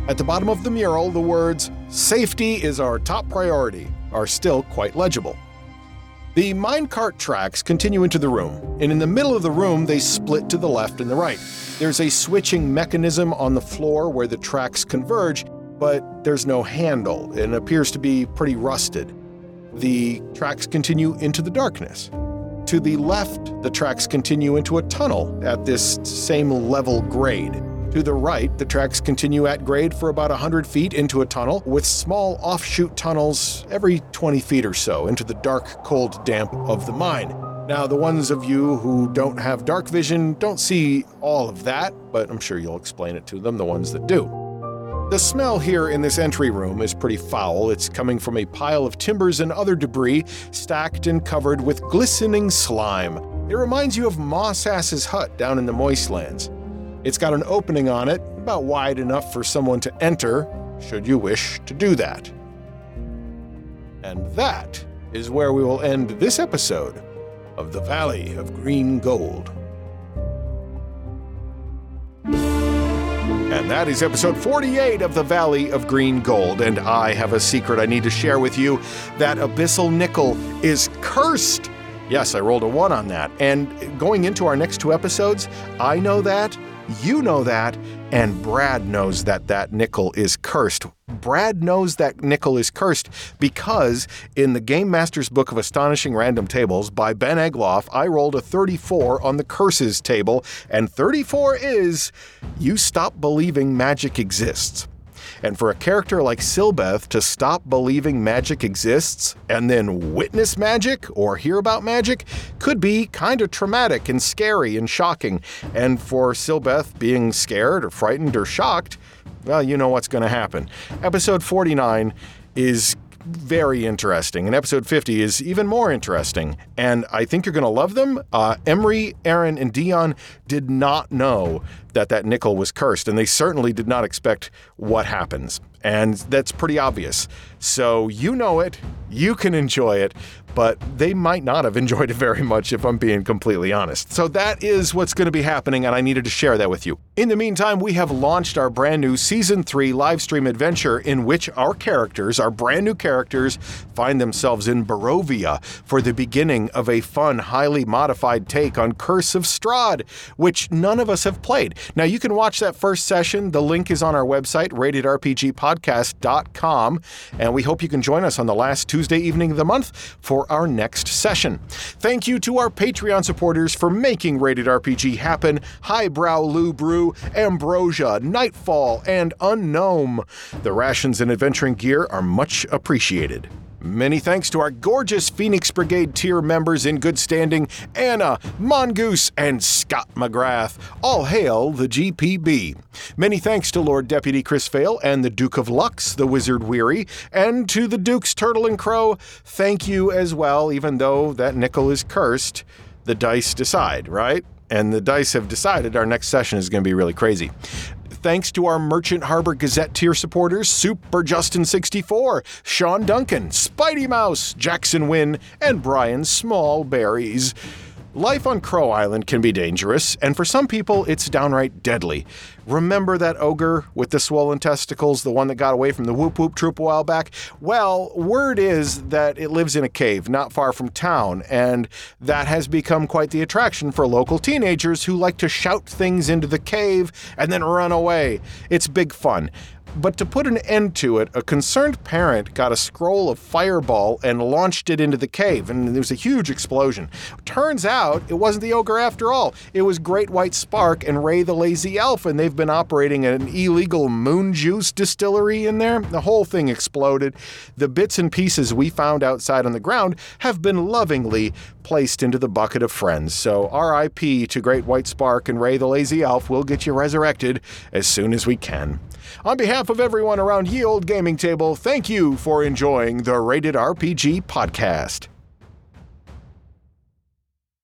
Speaker 2: At the bottom of the mural, the words Safety is our top priority are still quite legible. The minecart tracks continue into the room, and in the middle of the room, they split to the left and the right. There's a switching mechanism on the floor where the tracks converge, but there's no handle and appears to be pretty rusted. The tracks continue into the darkness. To the left, the tracks continue into a tunnel at this same level grade. To the right, the tracks continue at grade for about 100 feet into a tunnel, with small offshoot tunnels every 20 feet or so into the dark, cold damp of the mine. Now, the ones of you who don't have dark vision don't see all of that, but I'm sure you'll explain it to them, the ones that do. The smell here in this entry room is pretty foul. It's coming from a pile of timbers and other debris stacked and covered with glistening slime. It reminds you of Moss Ass's hut down in the Moistlands. It's got an opening on it, about wide enough for someone to enter, should you wish to do that. And that is where we will end this episode of The Valley of Green Gold. And that is episode 48 of The Valley of Green Gold. And I have a secret I need to share with you that Abyssal Nickel is cursed. Yes, I rolled a one on that. And going into our next two episodes, I know that, you know that, and Brad knows that that nickel is cursed. Brad knows that nickel is cursed because in the Game Master's Book of Astonishing Random Tables by Ben Egloff, I rolled a 34 on the curses table, and 34 is you stop believing magic exists. And for a character like Silbeth to stop believing magic exists and then witness magic or hear about magic could be kind of traumatic and scary and shocking. And for Silbeth being scared or frightened or shocked, well, you know what's going to happen. Episode 49 is very interesting, and episode 50 is even more interesting. And I think you're going to love them. Uh, Emery, Aaron, and Dion did not know that that nickel was cursed, and they certainly did not expect what happens. And that's pretty obvious. So you know it, you can enjoy it, but they might not have enjoyed it very much if I'm being completely honest. So that is what's going to be happening, and I needed to share that with you. In the meantime, we have launched our brand new season three live stream adventure in which our characters, our brand new characters, find themselves in Barovia for the beginning of a fun, highly modified take on Curse of Strahd, which none of us have played. Now you can watch that first session. The link is on our website, ratedrpgpodcast.com, and we hope you can join us on the last Tuesday evening of the month for our next session. Thank you to our Patreon supporters for making Rated RPG happen Highbrow Lou Brew, Ambrosia, Nightfall, and Unknown. The rations and adventuring gear are much appreciated. Many thanks to our gorgeous Phoenix Brigade tier members in good standing Anna, Mongoose, and Scott McGrath. All hail the GPB. Many thanks to Lord Deputy Chris Vale and the Duke of Lux, the Wizard Weary, and to the Duke's Turtle and Crow. Thank you as well, even though that nickel is cursed. The dice decide, right? And the dice have decided our next session is going to be really crazy thanks to our Merchant Harbor Gazette tier supporters Super Justin64, Sean Duncan, Spidey Mouse, Jackson Wynn, and Brian Smallberries. Life on Crow Island can be dangerous, and for some people, it's downright deadly. Remember that ogre with the swollen testicles, the one that got away from the Whoop Whoop troop a while back? Well, word is that it lives in a cave not far from town, and that has become quite the attraction for local teenagers who like to shout things into the cave and then run away. It's big fun. But to put an end to it, a concerned parent got a scroll of fireball and launched it into the cave, and there was a huge explosion. Turns out it wasn't the ogre after all. It was Great White Spark and Ray the Lazy Elf, and they've been operating an illegal moon juice distillery in there. The whole thing exploded. The bits and pieces we found outside on the ground have been lovingly placed into the bucket of friends. So RIP to Great White Spark and Ray the Lazy Elf. We'll get you resurrected as soon as we can. On behalf of everyone around Ye Old Gaming Table, thank you for enjoying the Rated RPG podcast.